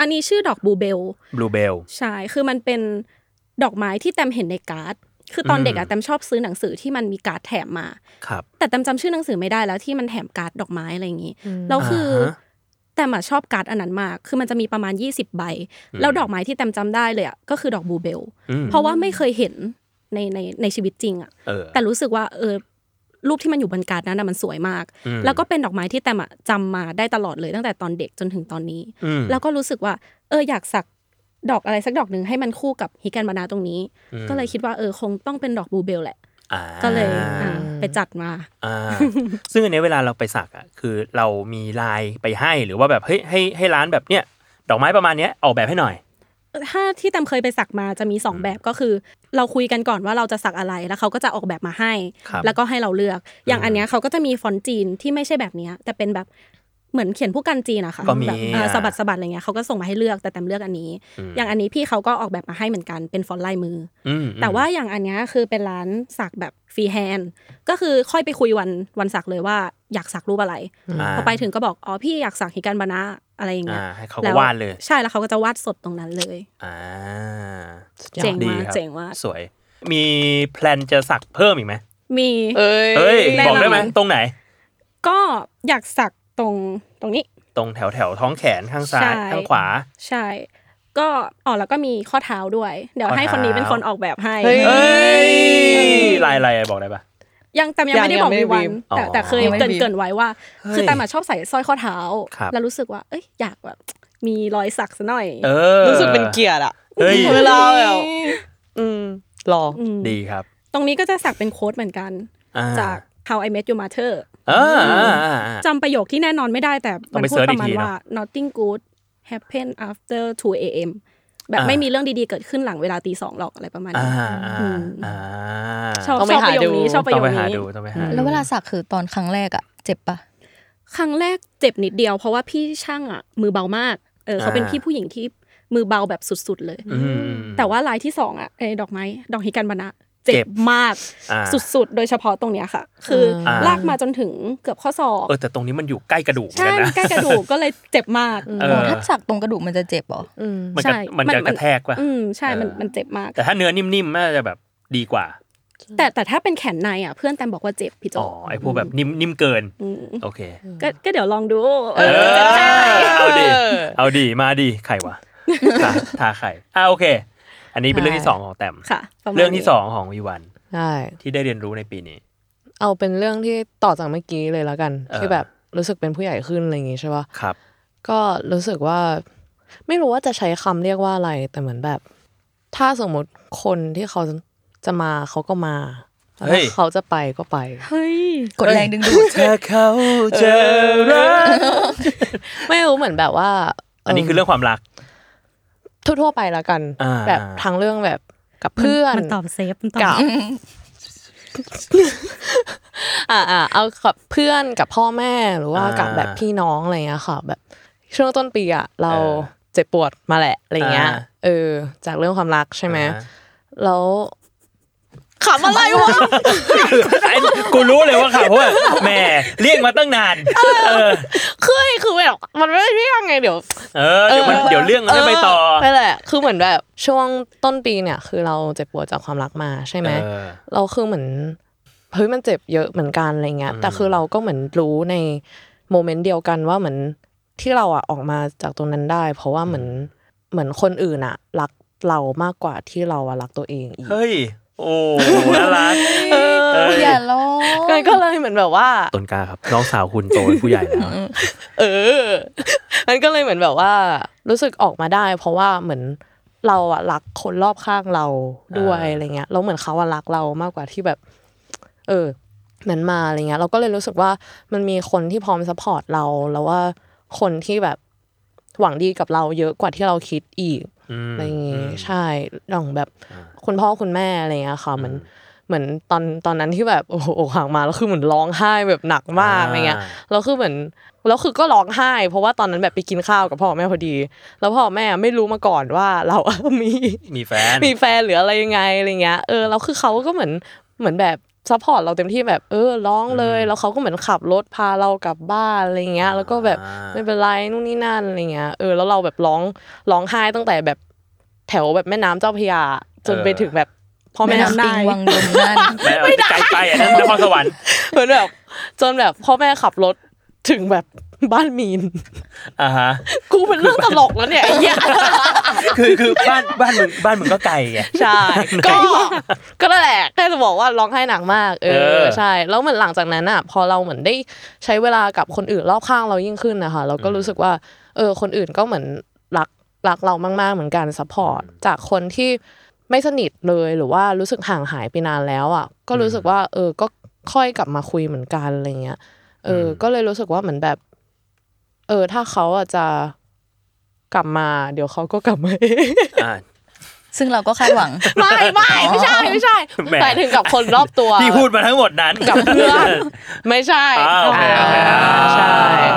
S4: อันนี้ชื่อดอกบูเบล
S2: บลูเบล
S4: ใช่ คือมันเป็นดอกไม้ที่แตมเห็นในการ์ด คือตอนเด็กอะแตมชอบซื้อหนังสือที่มันมีการ์ดแถมมา
S2: ครับ
S4: แต่แตมจำชื่อหนังสือไม่ได้แล้วที่มันแถมการ์ดดอกไม้อะไรอย่างนี้แล้วคืออา
S2: ฮะ
S4: แตมอะชอบการ์ดอันนั้นมาก คือมันจะมีประมาณ 20 ใบ แล้วดอกไม้ที่แตมจำได้เลยอะก็คือดอกบูเบล
S2: อืม
S4: เพราะว่าไม่เคยเห็นในในในชีวิตจริงอะ
S2: เออ
S4: แต่รู้สึกว่าเออรูปที่มันอยู่บนการ์ดนั้นอะมันสวยมาก
S2: อืม
S4: แล้วก็เป็นดอกไม้ที่แตมอะจำมาได้ตลอดเลยตั้งแต่ตอนเด็กจนถึงตอนนี้
S2: อืม
S4: แล้วก็รู้สึกว่า เอออยากสักดอกอะไรสักดอกหนึ่งให้มันคู่กับฮิกันบานาตรงนี้
S2: อืม
S4: ก็เลยคิดว่าเออคงต้องเป็นดอกบลูเบลแหละ
S2: อ่า
S4: ก็เลยอ่ะไปจัดมา
S2: อ่า ซึ่งอันเนี้ยเวลาเราไปสักอ่ะคือเรามีไลายไปให้หรือว่าแบบเฮ้ยให้ให้ร้านแบบเนี้ยดอกไม้ประมาณเนี้ยออกแบบให้หน่อย
S4: ถ้าที่แตมเคยไปสักมาจะมีสองแบบก็คือ เราคุยกันก่อนว่าเราจะสักอะไรแล้วเขาก็จะออกแบบมาให้
S2: ครับ
S4: แล้วก็ให้เราเลือก อย่างอันเนี้ยเขาก็จะมีฟอนต์จีนที่ไม่ใช่แบบเนี้ยแต่เป็นแบบเหมือนเขียนผู้กันจีนอะค่ะ
S2: ก็มี
S4: แบบเอ่อ
S2: อ่ะ
S4: สะบัดสะบัดอะไรเงี้ยเขาก็ส่งมาให้เลือกแต่แตมเลือกอันนี้
S2: อืม
S4: อย่างอันนี้พี่เขาก็ออกแบบมาให้เหมือนกันเป็นฟอนต์ลายมือ
S2: อืม
S4: แต่ว่าอย่างอันเนี้ยคือเป็นร้านสักแบบฟรีแฮนด์ก็คือค่อยไปคุยวันวันสักเลยว่าอยากสักรูปอะไร
S2: อ่า
S4: พอไปถึงก็บอกอ๋อพี่อยากสักฮิกันบานะอะไรอย่างเงี้
S2: อ่าย ให้เขาก็วาดเลย
S4: ใช่แล้วเขาก็จะวาดสดตรงนั้นเลย
S2: อ่า
S4: เจ๋ง
S2: ดี
S4: มาก
S2: ครับ
S4: เจ๋งมาก
S2: สวย มีแพลนจะสักเพิ่มอีกไหม
S4: มี
S5: เอ้
S2: เฮ้ย
S5: ย
S4: แน่น
S2: บอ
S4: อน
S2: กได้ไหมตรงไหน
S4: ก็อยากสักตรงตรงนี้
S2: ตรงแถวแถวๆท้องแขนข้างซ้า
S4: ใช่
S2: ยข้างขวา
S4: ใช่ ก็อ๋อแล้วก็มีข้อเท้าด้วย เดี๋ยวให้
S2: ข้
S4: ค
S2: อเท้า
S4: นนี้เป็นคนออกแบบให้
S5: เฮ้ย
S2: เอ้ยลายอะไรบอกได้ปะ
S4: ยังแต่ยัง
S5: ยัง
S4: ไม่ได้
S5: ยัง
S4: บอก
S5: ไม่
S4: มี
S5: ได้
S4: วัน
S5: brief
S4: แต่
S2: อ๋อ
S4: แต่เคย
S3: ยังไม่
S4: เกริน
S3: brief
S4: เกรินไว้ว่า
S2: เฮ้ย
S4: คือแต่มาชอบใส่สร้อยข้อเท้า
S2: ครับ
S4: แล้วรู้สึกว่า เอ้ยอยากแบบมีรอยสักซะหน่อย
S2: เออ
S5: รู้สึกเป็นเกียรติอ่ะ
S2: เฮ้ย
S5: เวลาแบบอืมรอ
S4: อืม
S2: ดีครับ
S4: ตรงนี้ก็จะสักเป็นโค้ดเหมือนกัน
S2: อ่
S4: จาก How I Met Your Mother
S2: อ่าอ่าอ่าอ่า
S4: จำประโยคที่แน่นอนไม่ได้แต่
S2: ต้อ
S4: มั
S2: งไป
S4: นพูดประมาณ
S2: search อีกทีเนอะ
S4: ว่า nothing good happen after 2 a.m. แบบ
S2: อ่า
S4: ไม่มีเรื่องดีๆเกิดขึ้นหลังเวลาตีสองหรอกอะไรประมาณ
S2: อ่า
S4: นี้
S2: อ่า
S4: อืม
S2: อ่า
S4: ชอบ
S5: ต้อง
S4: ช
S5: ไป
S4: อบ
S5: หา
S4: ประโยคนี้
S5: ดู
S4: ชอบประ
S2: ต้
S4: โย
S2: อง
S4: ค
S2: ไปหา
S4: นี้
S2: ดูต้องไปหา
S3: แล้วเวลาสักคือตอนครั้งแรกอะเจ็บปะ
S4: ครั้งแรกเจ็บนิดเดียวเพราะว่าพี่ช่างอ่ะมือเบามากเออเขาเป็นพี่ผู้หญิงที่มือเบาแบบสุดๆเลย
S2: อืม
S4: แต่ว่าลายที่สองอ่ะไอ้ดอกไม้ดอกฮิกันบานะ
S2: เจ็
S4: เจ็
S2: บบ
S4: มาก
S2: อ่า
S4: สุดๆ โดยเฉพาะตรงเนี้ยค่ะ คืออา ลากมาจนถึงเกือบข้อศอก
S2: เออแต่ตรงนี้มันอยู่ใกล้กระดูกเหมือน
S4: ใช่
S2: กันนะ
S4: มันใกล้กระดูกก็เลยเจ็บมาก
S2: เออ
S3: ถ้าสักตรงกระดูกมันจะเจ็บเหรอ
S5: อืม
S2: มันจะ
S4: ใช่
S2: มันจะ
S4: มัน
S2: กระแทกป่ะ
S4: อืมใช่มัน
S2: เออ
S4: มันเจ็บมาก
S2: แต่ถ้าเนื้อนิ่มๆน่าจะแบบดีกว่า
S4: แต่แต่ถ้าเป็นแขนในอ่ะเพื่อนแตมบอกว่าเจ็บพี่โจ
S2: อ๋อไอพวกแบบนิ่มนิ่มเกิน
S4: อืม
S2: โอเค
S4: ก็ก็เดี๋ยวลองดู
S2: เออเอาดี
S5: เออ
S2: เอาดี มาดีไข่วะทาทาไข่อ่าโอเค อันนี้เป็นเรื่องที่สองของแต้ม
S4: ค่ะประมาณ
S2: เรื่องที่สองของวีวัน
S5: ใช่
S2: ที่ได้เรียนรู้ในปีนี้
S5: เอาเป็นเรื่องที่ต่อจากเมื่อกี้เลยแล้วกัน
S2: เออ
S5: ที่แบบรู้สึกเป็นผู้ใหญ่ขึ้นอะไรอย่างงี้ใช่ปะ
S2: ครับ
S5: ก็รู้สึกว่า ไม่รู้ว่าจะใช้คำเรียกว่าอะไร แต่เหมือนแบบ ถ้าสมมติคนที่เขาจะมาเขาก็มาแล้ว
S2: เฮ้ย
S5: เขาจะไปก็ไป
S4: เฮ้ย
S3: กดแรงดึงดูด
S2: ถ้าเขาเจอรัก
S5: ไม่รู้เหมือนแบบว่า
S2: อันนี้คือเรื่องความรัก
S5: ทั่วๆไปละกัน
S2: อ่า
S5: แบบทางเรื่องแบบกับเพื่อน
S6: มันตอบเซฟมันตอ
S5: กั
S6: บ
S5: บ อ่า อ่าเอากับเพื่อนกับพ่อแม่หรือว่า
S2: อ่ากั
S5: กับแบบพี่น้องอะไรเงี้ยค่ะ แบบช่วงต้นปีอ่ะเรา
S2: เออ
S5: เจ็บปวดมาแหละอะไรเงี้ย
S2: อ่า
S5: เออ จากเรื่องความรักใช่ไหม
S2: อ่า
S5: แล้วขำอะไรวะ
S2: ไอ้กูรู้เลยว่าเขาเพราะว่าแหมเรียกมาตั้งนาน เออ
S5: คือคือแบบมันไม่ได้เรื่องไงเดี๋ยว
S2: เออ เดี๋ยวมันเดี๋ยวเรื่องมันจะไปต่อ
S5: ไปแหละคือเหมือนแบบช่วงต้นปีเนี่ย คือเราเจ็บปวดจากความรักมาใช่ไหม
S2: เออ
S5: เราคือเหมือนเฮ้ยมันเจ็บเยอะเหมือนกันอะไรเงี้ย
S2: อืม
S5: แต่คือเราก็เหมือนรู้ในโมเมนต์เดียวกันว่าเหมือนที่เราอะออกมาจากตรงนั้นได้ เพราะว่าเหมือนเหมือนคนอื่นอะรักเรามากกว่าที่เราอะรักตัวเองอีก
S2: เฮ้ย โอ้น่ารัก
S5: เออ
S3: อย่าร้อง
S5: มันก็เลยเหมือนแบบว่า
S2: ต้นกล้าครับ น้องสาวคุณโตเป็นผู้ใหญ่แล้ว
S5: เออ มันก็เลยเหมือนแบบว่า รู้สึกออกมาได้ เพราะว่าเหมือนเราอะรักคนรอบข้างเราด้วย
S2: อ่า
S5: อะไรเงี้ยแล้วเหมือนเขาอะรักเรามากกว่าที่แบบ เออนั้นมาอะไรเงี้ย เราก็เลยรู้สึกว่ามันมีคนที่พร้อมซัพพอร์ตเราแล้วว่าคนที่แบบหวังดีกับเราเยอะกว่าที่เราคิดอีก
S2: ม
S5: อะไรอย่าง
S2: อื
S5: งี้
S2: ม
S5: ใช่อย่างแบบ
S2: อ่า
S5: คุณพ่อคุณแม่อะไรเงี้ยค่ะเหมือนเหมือนตอนตอนนั้นที่แบบโอ้โห อกหักมาแล้วคือเหมือนร้องไห้แบบหนักมากอะไรเงี้ย แล้วคือเหมือนแล้วคือก็ร้องไห้ เพราะว่าตอนนั้นแบบไปกินข้าวกับพ่อแม่พอดี แล้วพ่อแม่ไม่รู้มาก่อนว่าเรา มี
S2: มีแฟน
S5: มีแฟนหรืออะไรยังไงอะไรเงี้ยเออแล้วคือเขาก็เหมือนเหมือนแบบซัพพอร์ตเราเต็มที่แบบเออร้องเลย
S2: อืม
S5: แล้วเขาก็เหมือนขับรถพาเรากลับบ้านอะไรเงี้ย แล้วก็แบบ
S2: อ่า
S5: ไม่เป็นไรนู่นนี่นั่นอะไรเงี้ยเออแล้วเราแบบร้องร้องไห้ตั้งแต่แบบแถวแบบแม่น้ำเจ้าพระยาจนไปถึงแบบพ่อ
S3: แม่
S5: แม่
S3: น้ำปิงวังดมนั่น
S2: แม่ไม่ได้ไกลไปอ่ะนั่นนครสวรรค์
S5: เหมือนแบบจนแบบพ่อแม่ขับรถถึงแบบบ้านมีน
S2: อ่าฮะ
S5: กูเป็นเรื่องตลกแล้วเนี่ยไอ้เหี้ย
S2: คือคือบ้านบ้านมึงบ้านมึงก็ไกลไง
S5: ใช่ก็ก็นั่นแหละแค่จะบอกว่าร้องไห้หนักมาก เอ
S2: เอ
S5: อ
S2: อ
S5: ใช่ แล้วเหมือนหลังจากนั้นอ่ะ พอเราเหมือนได้ใช้เวลากับคนอื่นรอบข้างเรายิ่งขึ้นนะคะเราก็รู้สึกว่าเออคนอื่นก็เหมือนรักรักเรามากๆเหมือนกันซัพพอร์ตจากคนที่ไม่สนิทเลยหรือว่ารู้สึกห่างหายไปนานแล้วอ่ะก็รู้สึกว่า เออก็ค่อยกลับมาคุยเหมือนกันอะไรเงี้ยเอออ
S2: ม
S5: ก็เลยรู้สึกว่าเหมือนแบบ เออ ถ้าเขาอ่ะจะกลับมาเดี๋ยวเขาก็กลับมา เอง
S2: อ่า
S3: ซึ่งเราก็คาดหวัง
S5: ไม่ไม่ไม่ใช่ไม่ใช่
S2: แหม
S5: หมายถึงกับคนรอบตัว
S2: ที่พูดมาทั้งหมดนั้น
S5: กับเพื่อนไม่ใช่
S2: อ่าโอเคโอเค
S5: อ่า
S2: อ่า
S5: ใช่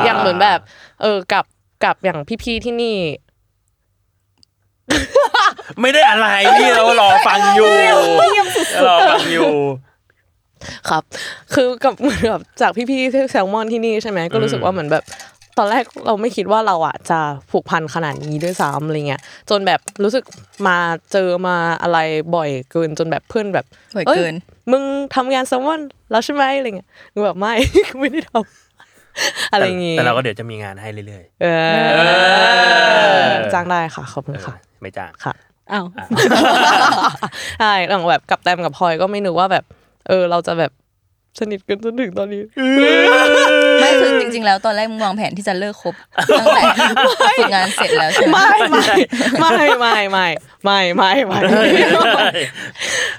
S5: อย่างเหมือนแบบ เออกับกับอย่างพี่ๆที่นี่
S2: ไม่ได้อะไรนี่เรารอฟังอยู่รอฟังอยู่
S5: ครับ คือกับ เหมือนแบบจากพี่ๆที่แซลมอนที่นี่ใช่ไหมก็รู้สึกว่าเหมือนแบบ ตอนแรกเราไม่คิดว่าเราอ่ะจะผูกพันขนาดนี้ด้วยซ้ำอะไรเงี้ยจนแบบรู้สึกมาเจอมาอะไรบ่อยเกินจนแบบเพื่อนแบบ
S3: บ่อย
S5: อ้
S3: เกิน
S5: มึงทำงานแซลมอนแล้วใช่ไหมอะไรเงี้ยกูแบบไม่ กูไม่ได้ทำอะไรอย่างงี้
S2: แต่เราก็เดี๋ยวจะมีงานให้เรื่อย
S5: เออ
S2: อ
S5: จ้างได้ค่ะขอบคุณค่ะ
S2: ๆ ไม่จ้าง
S5: ค่ะ
S4: อ้าว
S5: ใช่หลังแบบกับแตมกับพลอยก็ไม่นึกว่าแบบ เออ เราจะแบบสนิทกันจนถึงตอนนี้
S3: ไม่ คือจริง ๆ แล้วตอนแรกมึงวางแผนที่จะเลิกคบตั้งแต่ฝึกงานเสร็จแล้วใช่ไหม
S5: ไม่ไม่ไม่ไม่ไม่ไม่ไม่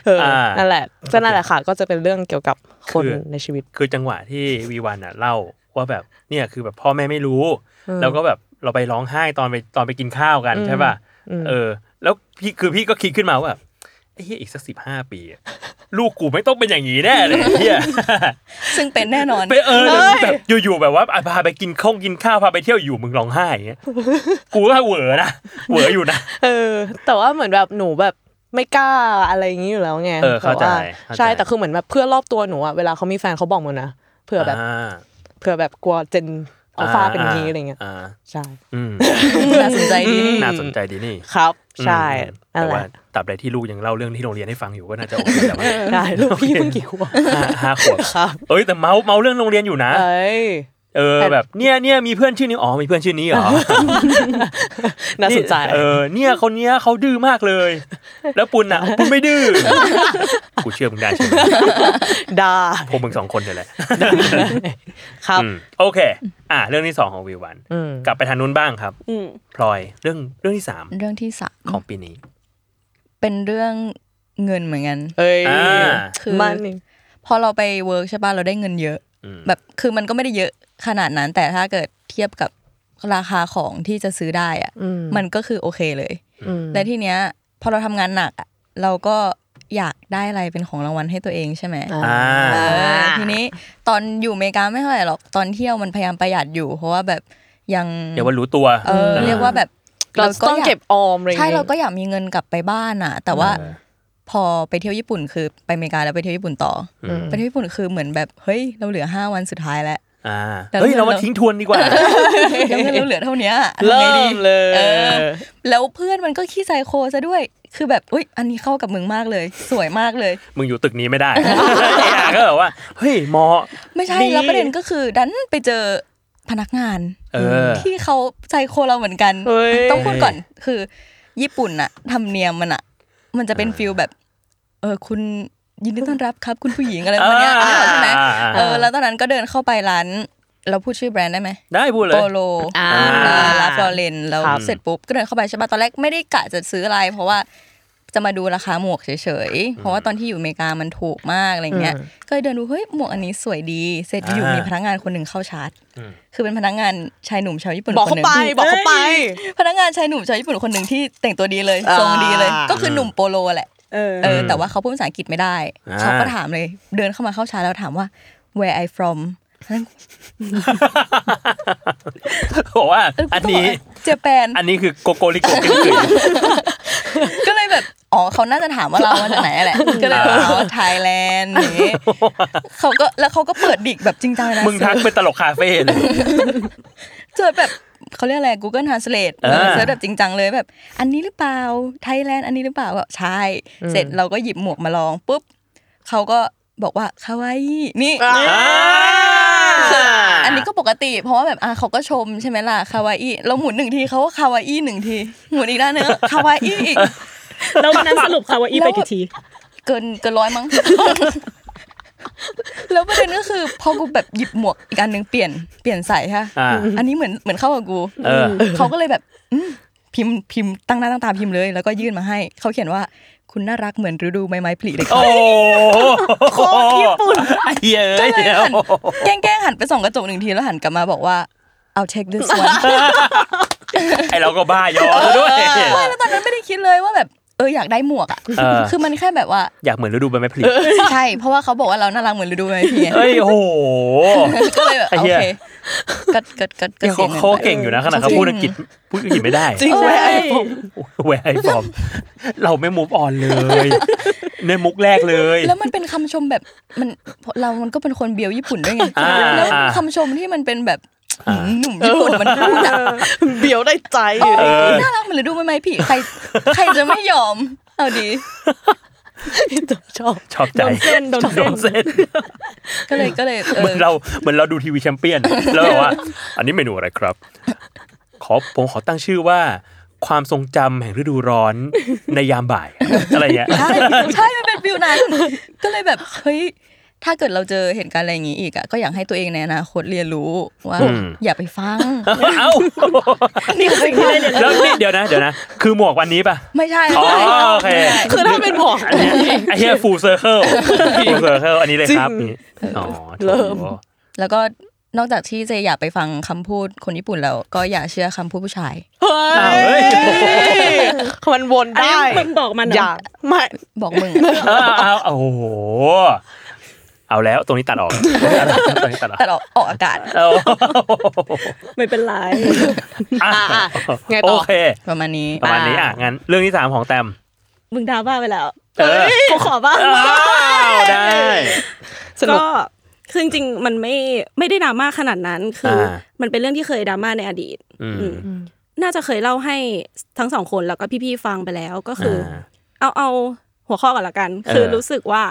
S5: เออ
S2: อ่า
S5: นั่นแหละก็นั่นแหละค่ะ ก็จะเป็นเรื่องเกี่ยวกับคน
S2: คือ
S5: ในชีวิต
S2: คือจังหวะที่วีวันอ่ะเล่าว่าแบบเนี่ยคือแบบพ่อแม่ไม่รู้ แล้วก็แบบเราไปร้องไห้ตอนไปตอนไปกินข้าวกัน
S5: อืม
S2: ใช่ป่ะ
S5: อืม
S2: เออ แล้วพี่คือพี่ก็คิดขึ้นมาว่าแบบไอ้เฮียอีกสักสิบห้าปีอะลูกกูไม่ต้องเป็นอย่างนี้แน่เลยไอ้เฮีย
S3: ซึ่งเป็นแน่นอน
S2: ไปเออแบบอยู่ๆแบบว่าอ่ะพาไปกินข้าวกินข้าวพาไปเที่ยวอยู่มึงร้องไห้อย่างเงี้ยกูก็เหวอนะเหวออยู่นะ
S5: เออ แต่ว่าเหมือนแบบหนูแบบไม่กล้าอะไรอย่างนี้อยู่แล้วไง
S2: เออเข้าใจ
S5: แต่ว่
S2: เข้าใจ
S5: ใช่แต่คือเหมือนแบบเพื่อนรอบตัวหนูอะเวลาเขามีแฟนเขาบอกหมดนะเผื่อแบบ
S2: อ่า
S5: เผื่อแบบกลัวเจนอัลฟาเป็นอย่างนี้อะไรเงี้ย
S2: า
S5: ใช่
S2: อื ม
S3: น่าสนใจดีนี่
S2: น่าสนใจดีนี่
S5: ครับ ใช่
S2: อืมแต่
S5: นั่นแห
S2: ว่า
S5: ละ
S2: ตับใดที่ลูกยังเล่าเรื่องที่โรงเรียนให้ฟังอยู่ก็น่าจะโอเคแต่ว่า
S5: ได้ลูกพี่เพิ่งกี่ขวบ
S2: ห้าห้าขวบ
S5: ครับ
S2: เอ้ยแต่เมาส์เมาส์เรื่องโรงเรียนอยู่นะ
S5: เอ้ย
S2: เออ
S5: แต่
S2: แบบเนี่ยเนี่ยมีเพื่อนชื่อนี้อ๋อมีเพื่อนชื่อนี้เหรอ
S5: น่าสนใจ
S2: เออเนี่ยคนเนี้ยเขาดื้อมากเลย แล้วปุณอ่ะปุณไม่ดื้อกูเชื่อมึงได้ใช่ไหม
S5: ได้
S2: พวกมึงสองคนเนี่ยแหละ
S5: ครับ
S2: อืมโอเค อ่ะเรื่องที่สองของวิววัน
S5: อืม
S2: กลับไปทางนู้นบ้างครับ
S4: อืม
S2: พลอยเรื่องเรื่องที่สาม
S3: เรื่องที่สาม
S2: ของปีนี้
S3: เ เป็นเรื่องเงินเหมือนกัน
S5: เอ้ย
S2: อ่า
S3: คือ
S5: มันนี่
S3: พอเราไปเวิร์กใช่ป่ะเราได้เงินเยอะ
S2: อืม
S3: แบบคือมันก็ไม่ได้เยอะขนาดนั้น แต่ถ้าเกิดเทียบกับราคาของที่จะซื้อได้อะ
S5: อืม
S3: มันก็คือโอเคเลย
S5: อืม
S3: และทีเนี้ยพอเราทำงานหนักอะเราก็อยากได้อะไรเป็นของรางวัลให้ตัวเองใช่ไหม
S2: อ่า
S3: เออทีนี้ตอนอยู่อเมริกาไม่เท่าไหร่หรอกตอนเที่ยวมันพยายามประหยัดอยู่ เพราะว่าแบบยัง
S2: เดี๋ยวว่ารู้ตัว
S3: เออเรียกว่าแบบ
S5: เราต้อง
S3: ย
S5: เก็บออมอะไรอย่ง
S3: ใช่
S5: งี้ย
S3: เราก็อยากมีเงินกลับไปบ้านอ่ะ แต่ว่า
S2: เออ
S3: พอไปเที่ยวญี่ปุ่นคือไปอเมริกาแล้วไปเที่ยวญี่ปุ่นต่อ
S5: อืม
S3: อไปเที่ยวญี่ปุ่นคือเหมือนแบบเฮ้ยเราเหลือห้าวันสุดท้ายแล้ว
S2: อ่า
S3: แต่เรา
S2: เฮ้ยเรามาทิ้งทวนดีกว่า
S3: แล้วเงินเราเหลือเท่าเนี้ยทำ
S5: เริ่
S3: ไงดี
S5: มเลย
S3: เออ แล้วเพื่อนมันก็ขี้ไซโคซะด้วย คือแบบอุ้ยอันนี้เข้ากับมึงมากเลย สวยมากเลย
S2: มึงอยู่ตึกนี้ไม่ ได้ อย่าก็แบบว่า เฮ้ยเหมอ
S3: ไม่ใช่
S2: ดี
S3: แล้วประเด็นก็คือ ดันไปเจอพนักงาน
S2: เออ
S3: ที่เขาไซโคเราเหมือนกัน
S5: เฮ้ย
S3: ต้องพูดก่อนคือ ญี่ปุ่นอะธรรมเนียมมันอะมันจะเป็นฟิลแบบ เออคุณยินดีต้อนรับครับ คุณผู้หญิงอะไรประมาณเนี้ย
S2: อ่า
S3: นึกออกใช่ไหม
S2: อ่า
S3: เออแล้วตอนนั้นก็เดินเข้าไปร้านเราพูดชื่อแบรนด์ได้ไหม
S2: ได้พูดเลย
S3: โปโล
S5: อ่า
S3: ลาลาฟลอเรนแล้ว
S2: ครับ
S3: เสร็จปุ๊บก็เดินเข้าไปใช่ปะตอนแรกไม่ได้กะจะซื้ออะไร เพราะว่าจะมาดูราคาหมวกเฉยๆ เพราะว่าตอนที่อยู่อเมริกามันถูกมากอะไรเงี้ย ก็เลยเดินดูเฮ้ยหมวกอันนี้สวยดี เสร็จอยู่
S2: อ่ามี
S3: มีพนักงานคนหนึ่งเข้าชาร์จ
S2: อืม
S3: คือเป็นพนักงานชายหนุ่มชาวญี่ปุ่น
S5: บอก
S3: คน
S5: เขา
S3: หนึ่ง
S5: ไปบอกเขาไป
S3: พนักงานชายหนุ่มชาวญี่ปุ่นคนหนึ่งที่แต่งตัวดีเลย
S5: อ่า
S3: ทรงดีเลย ก็คือหนุ่มโปโลแหละ
S4: เออ
S3: เออแต่ว่าเขาพูดภาษาอังกฤษไม่ได้
S2: อ่า
S3: เขาก็ถามเลย เดินเข้ามาเข้าชาร์จแล้วถามว่า where I from
S2: บอกว่า
S3: เกู
S2: อัน
S3: ก็บก
S2: นี้
S3: ว่าเจแปน
S2: อันนี้คือโกโกริโกะกินกึ่ง
S3: ก็เลยแบบ อ๋อ เขาน่าจะถามว่า เรามาจากไหนแหละ ก็เลยอ๋อไทยแลนด์อย่างงี้เขาก็ แล้วเขาก็เปิดดิกแบบจริงจังเลยนะ
S2: มึงทักเป็นตลกคาเฟ่เลย
S3: เจอแบบเขาเรียกอะไร Google Translate
S2: อ่า
S3: เซิร์ชแบบจริงจังเลยแบบ อันนี้หรือเปล่า ไทยแลนด์ อันนี้หรือเปล่าก็ใช่ เสร็จเราก็หยิบหมวกมาลองปุ๊บ เขาก็บอกว่าคาวาอินี่ อันนี้ก็ปกติ เพราะว่าแบบอ่ะเขาก็ชมใช่ไหมล่ะ คาวาอิเราหมุนหนึ่งทีเขาก็คาวาอิหนึ่งที หมุนอีกด้าน หนึงก็คาวาอิอีก
S4: แล้ววันนั้นสรุปค่ะว่าอีไปกี่ที
S3: เกินเกินร้อยมั้ง แล้วประเด็นก็คือพอกูแบบหยิบหมวกอีกอันหนึงเปลี่ยนเปลี่ยนใส่ค่ะ
S2: อ่า
S3: อันนี้เหมือนเหมือนเข้ากับกู
S2: เออ
S3: เขาก็เลยแบบอืมพิมพ์พิมพ์ตั้งหน้าตั้งตาพิมพ์เลย แล้วก็ยื่นมาให้ เขาเขียนว่าคุณน่ารักเหมือนฤดูใบไม้ผลิเลยค่ะ
S2: โอ้โคตรญี่ปุ่นไอ้เหี้ย
S3: ก็
S2: เอ้ย
S3: เลย
S2: เดี๋ยว
S3: หันแกล้งแกล้งหันไปส่องกระจกหนึ่งทีแล้วหันกลับมาบอกว่า I'll take this one
S2: ไอ้เราก็บ้ายอซะด้วย
S3: ไม่แล้วตอนนั้นไม่ได้คิดเลยว่าแบบเอออยากได้หมวกอ่ะ
S2: เออ
S3: คือมันแค่ แบบว่า
S2: อยากเหมือนฤดูใบไม้ผลิ
S3: ใช่เพราะว่าเขาบอกว่าเราน่ารักเหมือนฤดูใบไม้ผลิ
S2: เอ้ยโอ้โห
S3: ก็เลยแบบ
S2: ไอ้
S3: โอ
S2: เหี้ย
S3: เคกัดกัดกัดกัด
S2: เขา
S3: สียงิน
S2: เขา
S3: ไป
S2: เก่งอยู่นะขนาดเขา
S3: จ
S2: พูด
S3: ริง
S2: อังกฤษพูดอังกฤษไม่ได้
S5: จริงไหม
S3: เอ้ย
S5: ไอ้ผม
S2: แหวไอ้ฟอม เราไม่มูฟออนเลยในมุกแรกเลย
S3: แล้วมันเป็นคำชมแบบมันเรามันก็เป็นคนเบียวญี่ปุ่นด้วยไง
S2: อ่า
S3: แล้ว
S2: อ่า
S3: คำชมที่มันเป็นแบบ
S2: อ่า
S3: หนุ่มญี่ปุ่นมันพูดอะ
S5: เบียวได้ใจ
S2: เออ
S3: น่ารักเหมือนฤดูใบไม้ผลิใครใครจะไม่ยอม เอาดี
S5: ชอบ
S2: ชอบใจ
S4: โดนเส้นโดนเส้น
S2: โดนเส้น
S3: ก็เลยก็เลยเอ
S2: เหมือ
S3: อน
S2: เราเหมือนเราดูทีวีแชมเปี้ยน แล้วแบบว่า อันนี้เมนูอะไรครับ ขอผมขอตั้งชื่อว่า ความทรงจำแห่งฤดูร้อนในยามบ่าย อะไรเงี้ย
S3: ใช่ ใช่มันเป็นฟิลนั้นก็เลยแบบเฮ้ยถ้าเกิดเราเจอเหตุการณ์อะไรอย่างนี้อีกอะก็อยากให้ตัวเองในอนาคตเรียนรู้ว่า
S2: อืม
S3: อย่าไปฟั ง
S2: เอ้า
S4: นี่คือสิ่งที่ได้เรียน
S2: แล้วนี่เดี๋ยวนะเดี๋ยวนะ คือหมวกวันนี้ป่ะ
S3: ไม่ใช่
S2: อ๋อโอเค
S3: ไม่ใช่
S5: คือถ้าเป็นหมอ
S2: อันเนี้ยไอ้เหี้ยฟูลเซอร์เคิลฟูลเซอร์เคิลอันนี้เลยครับ
S5: จริง
S2: นี่อ๋อ
S5: เริ่ม
S3: แล้วก็นอกจากที่เจอยากไปฟังคำพูดคนญี่ปุ่นแล้ว ก็อย่าเชื่อคำพูดผู้ชาย
S5: เฮ้
S2: อ้าวย เฮ้ย
S5: มันวน
S4: อันนี้
S5: ได้
S4: มึงบอกมันเหรอ
S5: อ
S4: อ
S5: ยากไม่
S3: บอกมึง อะ
S2: เอาเอาเอาโอ้โห เอาแล้วตรงนี้ตัดออก ตรงนี้ตัดออก
S3: แต่เราออกอากาศ
S2: เอา
S4: ไม่เป็นไร
S2: อ่ะ
S5: อ่ะอ่ะไง
S2: โอ
S5: ต่อ
S2: เค
S3: ประมาณนี้
S2: ประมาณนี้อ่ะ งั้นเรื่องที่สามของแตม
S4: มึงดราม่าไปแล้ว
S2: เออ
S4: กูขอบ้าง
S2: อ้าวได้
S5: สนุก
S4: ก็คือจริงๆมันไม่ไม่ได้ดราม่าขนาดนั้นคืออา มันเป็นเรื่องที่เคยดราม่าในอดีต
S2: อืม
S4: น่าจะเคยเล่าให้ทั้งสองคนแล้วก็พี่ๆฟังไปแล้วก็คือ
S2: า
S4: เอาเอาหัวข้อก่อนละกัน
S2: เออ
S4: คือรู้สึกว่า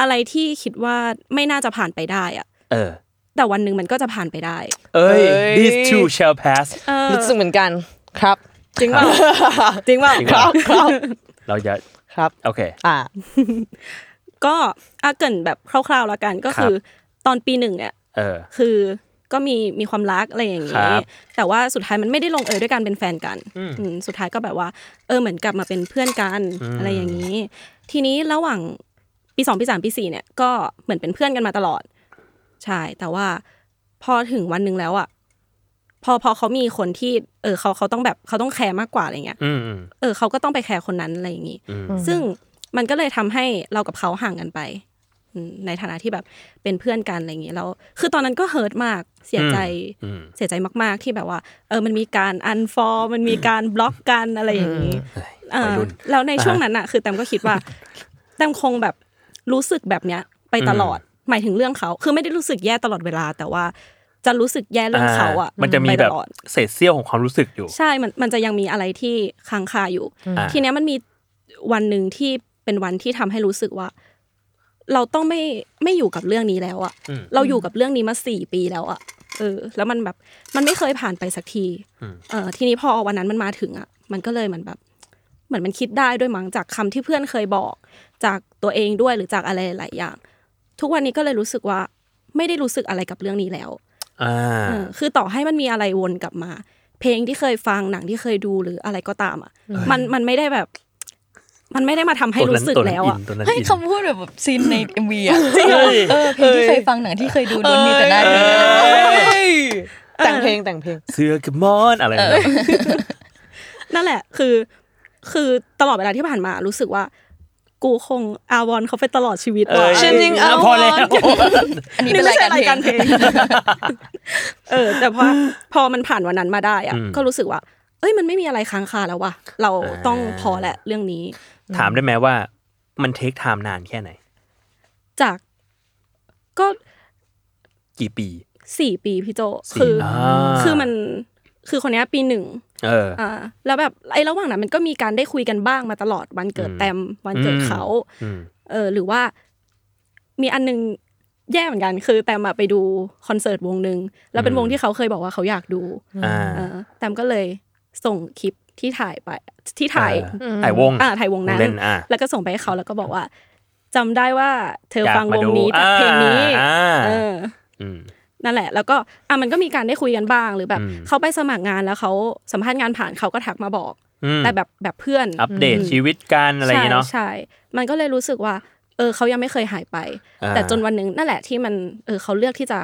S4: อะไรที่คิดว่าไม่น่าจะผ่านไปได้อะ
S2: เออ
S4: แต่วันหนึ่งมันก็จะผ่านไปได้
S2: เอ้ย
S5: เอ้ย
S2: these two shall pass
S4: เออ
S5: รู้สึกเหมือนกันครับ
S4: จริงเปล่าจริงเปล่า
S2: จริง
S5: ค
S2: เป
S5: รั
S2: ล่า
S5: บครับ
S2: เราจะ
S5: ครับ
S2: โอเค
S5: อ่า
S4: ก็อาเกรินแบบคร่าวๆละกันก็คือ ตอนปีหนึ่งเนี่ย
S2: เออ
S4: คือ ก็มีมีความรักอะไรอย่าง
S2: ครั
S4: นี้
S2: บ
S4: แต่ว่าสุดท้ายมันไม่ได้ลงเอยด้วยการเป็นแฟนกัน
S2: อืม
S4: อืมสุดท้ายก็แบบว่า เออเหมือนกลับมาเป็นเพื่อนกัน
S2: อืม
S4: อะไรอย่างนี้ ทีนี้ระหว่างปีสองปีสามปีสี่เนี่ยก็เหมือนเป็นเพื่อนกันมาตลอด ใช่ แต่ว่าพอถึงวันหนึ่งแล้วอ่ะพอพอเขามีคนที่ เออเขาเขาต้องแบบเขาต้องแคร์มากกว่าอะไรเงี้ย
S2: อืมอืม
S4: เออเขาก็ต้องไปแคร์คนนั้นอะไรอย่างนี้
S2: อืม
S5: อืม
S4: ซึ่งมันก็เลยทำให้เรากับเขาห่างกันไปอืมในฐานะที่แบบเป็นเพื่อนกันอะไรอย่างนี้แล้วคือตอนนั้นก็เฮิร์ตมากเสียใจ
S2: อืม
S4: เสียใจมาก ๆ ที่แบบว่า เออมันมีการอันฟอร์มันมีการบล็อกกันอะไรอย่างนี้เอ
S2: วัย
S4: อ
S2: รุ่น
S4: แล้วในช่วงนั้นอะคือแตมก็คิดว่า แตมคงแบบรู้สึกแบบเนี้ยไปตลอด หมายถึงเรื่องเขา คือไม่ได้รู้สึกแย่ตลอดเวลา แต่ว่าจะรู้สึกแย่เรื่องเขาอะ
S2: มันจะมี
S4: ไป
S2: แบ
S4: ต
S2: บ
S4: ลอด
S2: เศษเสี้ยวของความรู้สึกอยู่
S4: ใช่ มันมันจะยังมีอะไรที่ค้างคาอยู่
S2: อ่า
S4: ทีเนี้ยมันมีวันหนึ่งที่เป็นวันที่ทำให้รู้สึกว่า เราต้องไม่ไม่อยู่กับเรื่องนี้แล้วอะ
S2: อืม
S4: เราอยู่กับเรื่องนี้มาสี่ปีแล้วอะเออ แล้วมันแบบมันไม่เคยผ่านไปสักที
S2: อืม
S4: เออทีนี้พอวันนั้นมันมาถึงอะมันก็เลยเหมือนแบบ เหมือนมันคิดได้ด้วยมั้งจากคำที่เพื่อนเคยบอก จากตัวเองด้วยหรือจากอะไรหลายๆอย่าง ทุกวันนี้ก็เลยรู้สึกว่า ไม่ได้รู้สึกอะไรกับเรื่องนี้แล้ว
S2: อ่า
S4: เออคือต่อให้มันมีอะไรวนกลับมา เพลงที่เคยฟังหนังที่เคยดูหรืออะไรก็ตามอ่ะมันมันไม่ได้แบบ มันไม่ได้มาทำให้รู้สึกแล้วอ่ะ
S2: ตัวนั้น
S3: ให้
S2: อินตัวนั้นอิน
S3: คำพูดแบบแบบซีนใน เอ็มวีอะ
S2: จริงเหรอ
S3: เออเพลงที่เคยฟังหนังที่เคยดูล้วนมีแต่หน้าเธอ
S5: เฮ้ยแต่งเพลงแต่งเพลง
S2: เสื้อกับมอนอะไรนะ
S4: นั่นแหละ คือ คือตลอดเวลาที่ผ่านมารู้สึกว่า กูคงอาวอนเขาไปตลอดชีวิต
S2: เอ
S4: ว่ะ
S2: อ
S5: ฉันยังเอา
S2: พอแล้ว
S3: อันนี้
S4: นี่
S3: เป็น
S4: ไม่ใช่ราร
S3: าย ย
S4: กา
S3: การ ร
S4: เพ
S3: เพ
S4: ล
S3: ล
S4: ง
S3: ง
S4: เออ แต่พอพอมันผ่านวันนั้นมาได้อ่ะ ก็รู้สึกว่า เอ้ยมันไม่มีอะไรค้างคาแล้วว่ะเราต้องพอแหละเรื่องนี้
S2: ถามได้ไหมว่ามันเทคไทม์นานแค่ไหน
S4: จากก็
S2: กี่ปี
S4: สี่ปีพี่โจ
S2: สี่
S4: คืออา คือมันคือคนเนี้ยปีหนึ่ง
S2: เออ
S4: อ่าแล้วแบบไอ้ระหว่างนั้นมันก็มีการได้คุยกันบ้างมาตลอดวันเกิด
S2: อืม
S4: แตมวันเกิดเขา
S2: อืม
S4: เออหรือว่า มีอันหนึงแย่เหมือนกัน คือแตมอะไปดูคอนเสิร์ตวงหนึ่งแล้วเป็นวงที่เขาเคยบอกว่าเขาอยากดู
S2: อ่า
S4: เออแตมก็เลยส่งคลิปที่ถ่ายไปที่ถ่าย
S2: อ่าถ่ายวง
S4: อ่าถ่ายวงนั้น
S2: เล่นอ่า
S4: แล้วก็ส่งไปให้เขาแล้วก็บอกว่าจำได้ว่าเธอฟังวงนี้จากเพลงนี้
S2: อ่า
S4: เออ
S2: ม
S4: นั่นแหละแล้วก็อ่ะมันก็มีการได้คุยกันบ้างหรือแบบ
S2: อืม
S4: เขาไปสมัครงานแล้วเขาสัมภาษณ์งานผ่านเขาก็ทักมาบอก
S2: อืม
S4: แต่แบบแบบเพื่อน
S2: อัปเดตชีวิตกันอะไรอย่าง
S4: ใช่
S2: เงี้ยเนาะ
S4: ใช่มันก็เลยรู้สึกว่า เออเขายังไม่เคยหายไป
S2: อ่า
S4: แต่จนวันหนึ่งนั่นแหละที่มันเออเขาเลือกที่จะ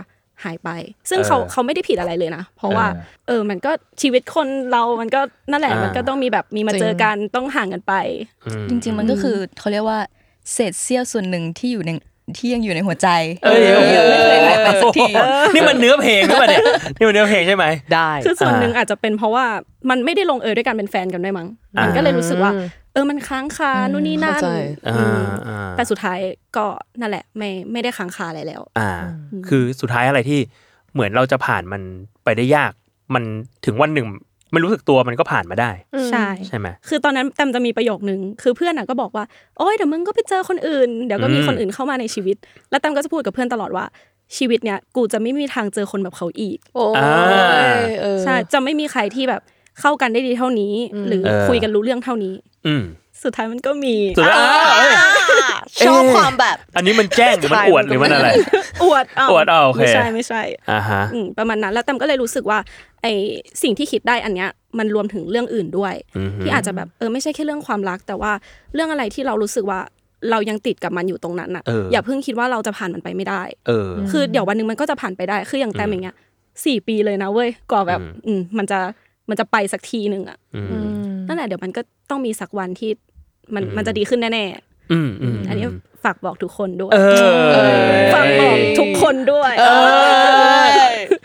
S4: หายไป ซึ่ง
S2: เออ
S4: เขาเขาไม่ได้ผิดอะไรเลยนะ เพราะว่า
S2: เออ
S4: เออมันก็ชีวิตคนเรามันก็นั่นแหละ
S2: อ่ามั
S4: มันก็ต้องมีแบบมีมา
S5: จริง
S4: เจอกันต้องห่างกันไป
S2: อืม
S3: จริงๆมันก็คือเขาเรียกว่าเศษเสี้ยวส่วนหนึ่งที่อยู่ในที่ยังอยู่ในหัวใจ
S2: เอ้ย
S3: ยังไม่เคยหายไปสักที
S2: นี่มันเนื้อเพลงหรือเป ล่าเนี่ยนี่มันเนื้อเพลงใช่ไหม
S5: ได้
S4: คือส่วนหนึ่งอาจจะเป็นเพราะว่ามันไม่ได้ลงเอยด้วยกันเป็นแฟนกันด้วยมั้ง
S2: อ่ามั
S4: มันก็เลยรู้สึกว่า เออมันค้างคานู่นนี่นั่น
S5: เข้าใจ
S2: อ่
S4: อืมา
S2: อ่า
S4: แต่สุดท้ายก็นั่นแหละไม่ไม่ได้ค้างคาอะไรแล้ว
S2: อ่า คือสุดท้ายอะไรที่เหมือนเราจะผ่านมันไปได้ยาก มันถึงวันหนึ่งไม่รู้สึกตัวมันก็ผ่านมาได้
S4: ใช่
S2: ใช่ไหม
S4: คือตอนนั้นแตมจะมีประโยคนึงคือเพื่อนอ่ะก็บอกว่าโอ๊ยเดี๋ยวมึงก็ไปเจอคนอื่น เดี๋ยวก็มี
S2: อืม
S4: คนอื่นเข้ามาในชีวิต แล้วแตมก็จะพูดกับเพื่อนตลอดว่าชีวิตเนี้ยกูจะไม่มีทางเจอคนแบบเขาอีก
S5: โอ้
S2: อ่า
S5: ยเออ
S4: ใช่จะไม่มีใครที่แบบเข้ากันได้ดีเท่านี้ หรือ
S2: เออ
S4: คุยกันรู้เรื่องเท่านี้
S2: อืม
S4: สุดท้ายมันก็มี
S2: สุดท้ายอ้าวเอ้ย
S5: ชอบความแบบ
S2: อันนี้มันแจ้งหรือมันอวดหรือมันอะไร
S4: อวดเา
S2: อวดเอาโอเค
S4: ไม่ใช่ไม่ใช่
S2: อ่าฮะ
S4: อืมประมาณนั้นแล้วแตมก็เลยรู้สึกว่าไอสิ่งที่คิดได้อันเนี้ยมันรวมถึงเรื่องอื่นด้วย
S2: อือฮึ
S4: ที่อาจจะแบบเออไม่ใช่แค่เรื่องความรัก แต่ว่าเรื่องอะไรที่เรารู้สึกว่าเรายังติดกับมันอยู่ตรงนั้นอ่ะ
S2: เอออ
S4: อย่าเพิ่งคิดว่าเราจะผ่านมันไปไม่ได้
S2: เออ
S4: คือเดี๋ยววันหนึงมันก็จะผ่านไปได้คืออย่างแตมอย่างเงี้ยสี่ปีเลยนะเว้ยกว่าแบบอืมมันจะมันจะไปสักทีหนึ่งอ่ะ
S2: อืม
S4: นั่นแหละเดี๋ยวมันก็ต้องมีสักวันที่มันมันจะดีขึ้นแน่
S2: อืมอืม
S4: ๆอันนี้ฝากบอกทุกคนด้วย
S2: เออ
S4: ฝากบอกทุกคนด้วย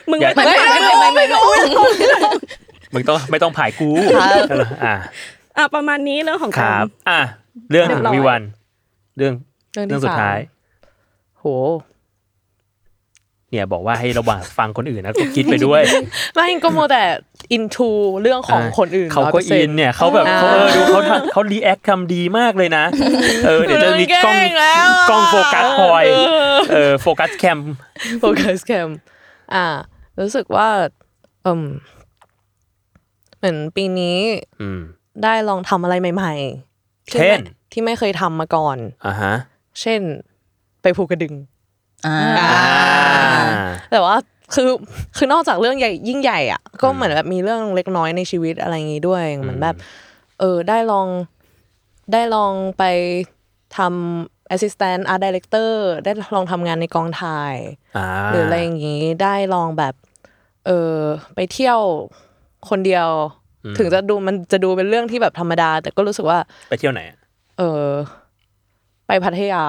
S4: มึง
S2: อย่า
S4: ไม่ต้อง
S5: ไม่ไม่ไม่ไม่ไม่ไม่
S2: มึงต้องไม่ต้องผ่ายกูอ่า
S4: อ่ะประมาณนี้เรื่องของ
S2: ค
S4: การ
S2: รับ อ่ะเรื่องของ
S4: เรียบร้อย
S2: วิวัน เรื่องเรื่องสุดท้าย
S5: โห
S2: เนี่ยบอกว่าให้ระหว่างฟังคนอื่นนะก็คิดไปด้วย
S5: ไม่ก็โมวแต่ into เรื่องของคนอื่น
S2: เขาก็อินเนี่ยเขาแบบ
S5: อ่า
S2: เขาเออดูเขาทำเขารีแอคทำดีมากเลยนะ เออเดี๋ยวจะมีกล้อง
S5: แล้วะ
S2: กล้องโฟกัสคอย
S5: เ
S2: เออโฟกัสแคม
S5: โฟกัสแคมอ่า รู้สึกว่าเอมเหมือนปีนี้
S2: อืม
S5: ได้ลองทำอะไรใหม่ๆที่
S2: เช่
S5: ไม่
S2: น
S5: ที่ไม่เคยทำมาก่อน
S2: อ่าฮะ
S5: เช่น ไปภูกระดึง
S3: อ่า
S5: แต่ว่า คือคือนอกจากเรื่องใหญ่ยิ่งใหญ่อ่ะก็เหมือนแบบมีเรื่องเล็กน้อยในชีวิตอะไรอย่างงี้ด้วยเหมือนแบบ เออได้ลองได้ลองไปทำ assistant art director ได้ลองทำงานในกองถ่าย
S2: อ่า
S5: หรืออะไรอย่างนี้ได้ลองแบบ เออไปเที่ยวคนเดียว ถึงจะดูมันจะดูเป็นเรื่องที่แบบธรรมดา แต่ก็รู้สึกว่า
S2: ไปเที่ยวไหนอะ
S5: เออ ไปพัทยา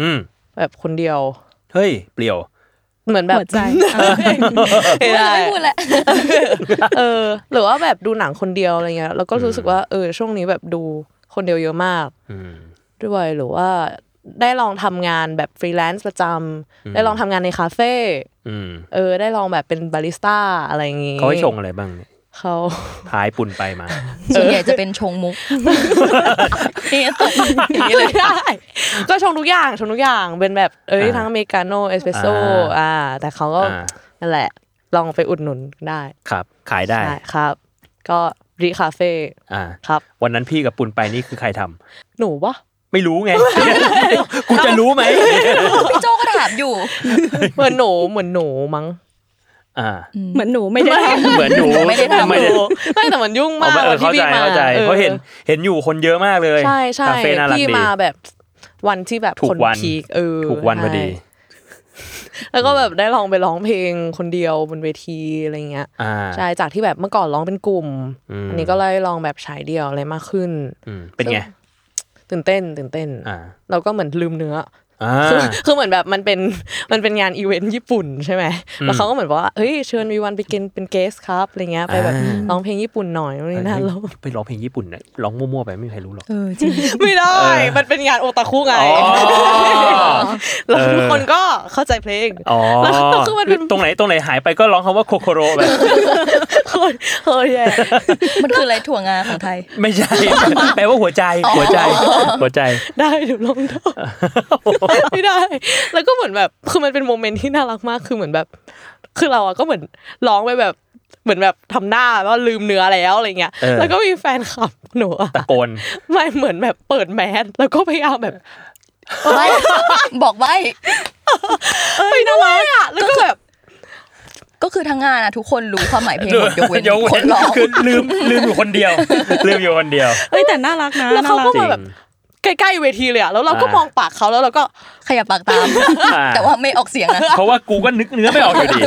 S2: อืม
S5: แบบคนเดียว
S2: เฮ้ยเปลี่ยว
S5: เหมือนแบบ
S4: หัวใจ
S5: ไม่
S3: ไม่
S5: ได้
S3: พูดแล้ว
S5: เออหรือว่าแบบดูหนังคนเดียวอะไรเงี้ยแล้วก็รู้สึกว่าเออช่วงนี้แบบดูคนเดียวเยอะมาก
S2: อืม
S5: ด้วยหรือว่าได้ลองทำงานแบบฟรีแลนซ์ประจำได้ลองทำงานในคาเฟ่
S2: อืม
S5: เออได้ลองแบบเป็นบาริสต้าอะไรอย่างงี้
S2: เขาให้ชงอะไรบ้างเนี่ย
S5: เขา
S2: พายปุ่นไปมา
S3: ส่วนใหญ่จะเป็นชงมุกนี่ตกอย่างนี้เลย
S5: ได้ก็ชงทุกอย่างชงทุกอย่างเป็นแบบเอ้ย
S2: อ่า
S5: ทั้งอเมริกาโน่เอสเปรสโซ่
S2: อ่า
S5: อ่า แต่เขาก็
S2: อ่า
S5: นั่นแหละ ลองไปอุดหนุนได้
S2: ครับ ขายได้
S5: ใช่ครับ ก็รีคาเฟ่
S2: อ่า
S5: ครับ
S2: วันนั้นพี่กับปุ่นไปนี่คือใครทำ
S5: หนูวะ
S2: ไม่รู้ ไง กูจะรู้ไหม
S3: พี่โจก็ถามอยู่
S5: เหมือนหนูเหมือนหนูมั้ง
S2: อ่า
S4: เหมือนหนูไม่ได้ทำ
S2: เหมือนหนู
S3: ไม่ได้ทำ
S2: ไม่ได้
S5: ไม่แต่มันยุ่งมาก
S2: เออเข้า
S5: วันที่
S2: ใจ
S5: พี่มา
S2: เข้าใจ
S5: ออ
S2: เพราะเห็นเห็นอยู่คนเยอะมากเลย
S5: ใช่ใช่
S2: คาเฟ่น่ารัก
S5: พี่
S2: ดี
S5: มาแบบวันที่แบบ
S2: ถูก
S5: คน
S2: วัน
S5: พีคเออ
S2: ถูกวันพอดี
S5: ใช่แล้วก็แบบได้ลองไปร้องเพลงคนเดียวบนเวทีอะไรเงี้ย
S2: อ่า
S5: ใช่ จากที่แบบเมื่อก่อนร้องเป็นกลุ่ม
S2: อืม
S5: อันนี้ก็เลยลองแบบฉายเดี่ยวอะไรมากขึ้น
S2: อืมเป็นไง
S5: ตื่นเต้น ตื่นเต้น
S2: อ่า
S5: เราก็เหมือนลืมเนื้อ
S2: อ่า
S5: อ คือคือเหมือนแบบมันเป็นมันเป็นงานอีเวนต์ญี่ปุ่นใช่ไหม
S2: อืม
S5: แล้วเขาก็เหมือนบอกว่าเฮ้ยเชิญวีวันไปกินเป็นเกสครับอะไรเงี้ย ไปแบบ
S2: อ่า
S5: ร้องเพลงญี่ปุ่นหน่อยนู่นนี่นั่นแล้ว
S2: ไปร้องเพลงญี่ปุ่นเนี่ยร้องมั่วๆไปไม่มีใครรู้หรอก
S3: เออจริง
S5: ไม่ได้
S2: เออ
S5: มันเป็นงานโอตาคุไง
S2: อ๋อ
S5: แล้วทุก
S2: เออ
S5: คนก็เข้าใจเพลง
S2: อ๋อ
S5: แล้วคือมันเป็น
S2: ตรงไหนตรงไหนหายไปก็ร้องคำว่าโคโคโรแบบ
S5: เฮ้ยแย่
S3: มันคืออะไรถั่วงาของไทย
S2: ไม่ใช่ แปลว่าหัวใจหัวใจหัวใจ
S5: ได้เดี๋ยวลองเท่า ไม่ได้ แล้วก็เหมือนแบบ คือมันเป็นโมเมนต์ที่น่ารักมาก คือเหมือนแบบ คือเราอะก็เหมือนร้องไปแบบ เหมือนแบบทำหน้าว่าลืมเนื้อแล้วอะไรเงี้ย
S2: เออ
S5: แล้วก็มีแฟนคลับหนูอะ
S2: ตะโกน
S5: ไม่เหมือนแบบเปิดแมสแล้วก็พยายามแบบ
S3: ไม่บอกไว้
S5: ไปน่ารักอะแล้วก็แบบ
S3: ก็คือทั้งงานอะทุกคนรู้ความหมายเพลงหมดยกเว้น
S2: ยก
S3: ค
S2: เว้
S3: น
S2: น
S3: ร้อง
S2: คือลืมลืมอยู่คนเดียว ลืมอยู่คนเดียว
S4: เอ้ยแต่น่ารักนะ
S5: แล้วเขา
S4: น่รั
S5: ก็
S4: ก
S5: มาแบบใกล้ๆเวทีเลยอะแล้วเราก็
S2: อ่าม ม
S5: องปากเขาแล้วเราก็
S3: ขยับปากตาม
S2: อ่า
S3: แต่ว่าไม่ออกเสียงนะ
S2: เพราะว่ากูก็นึกเนื้อไม่ออกอยู่ดี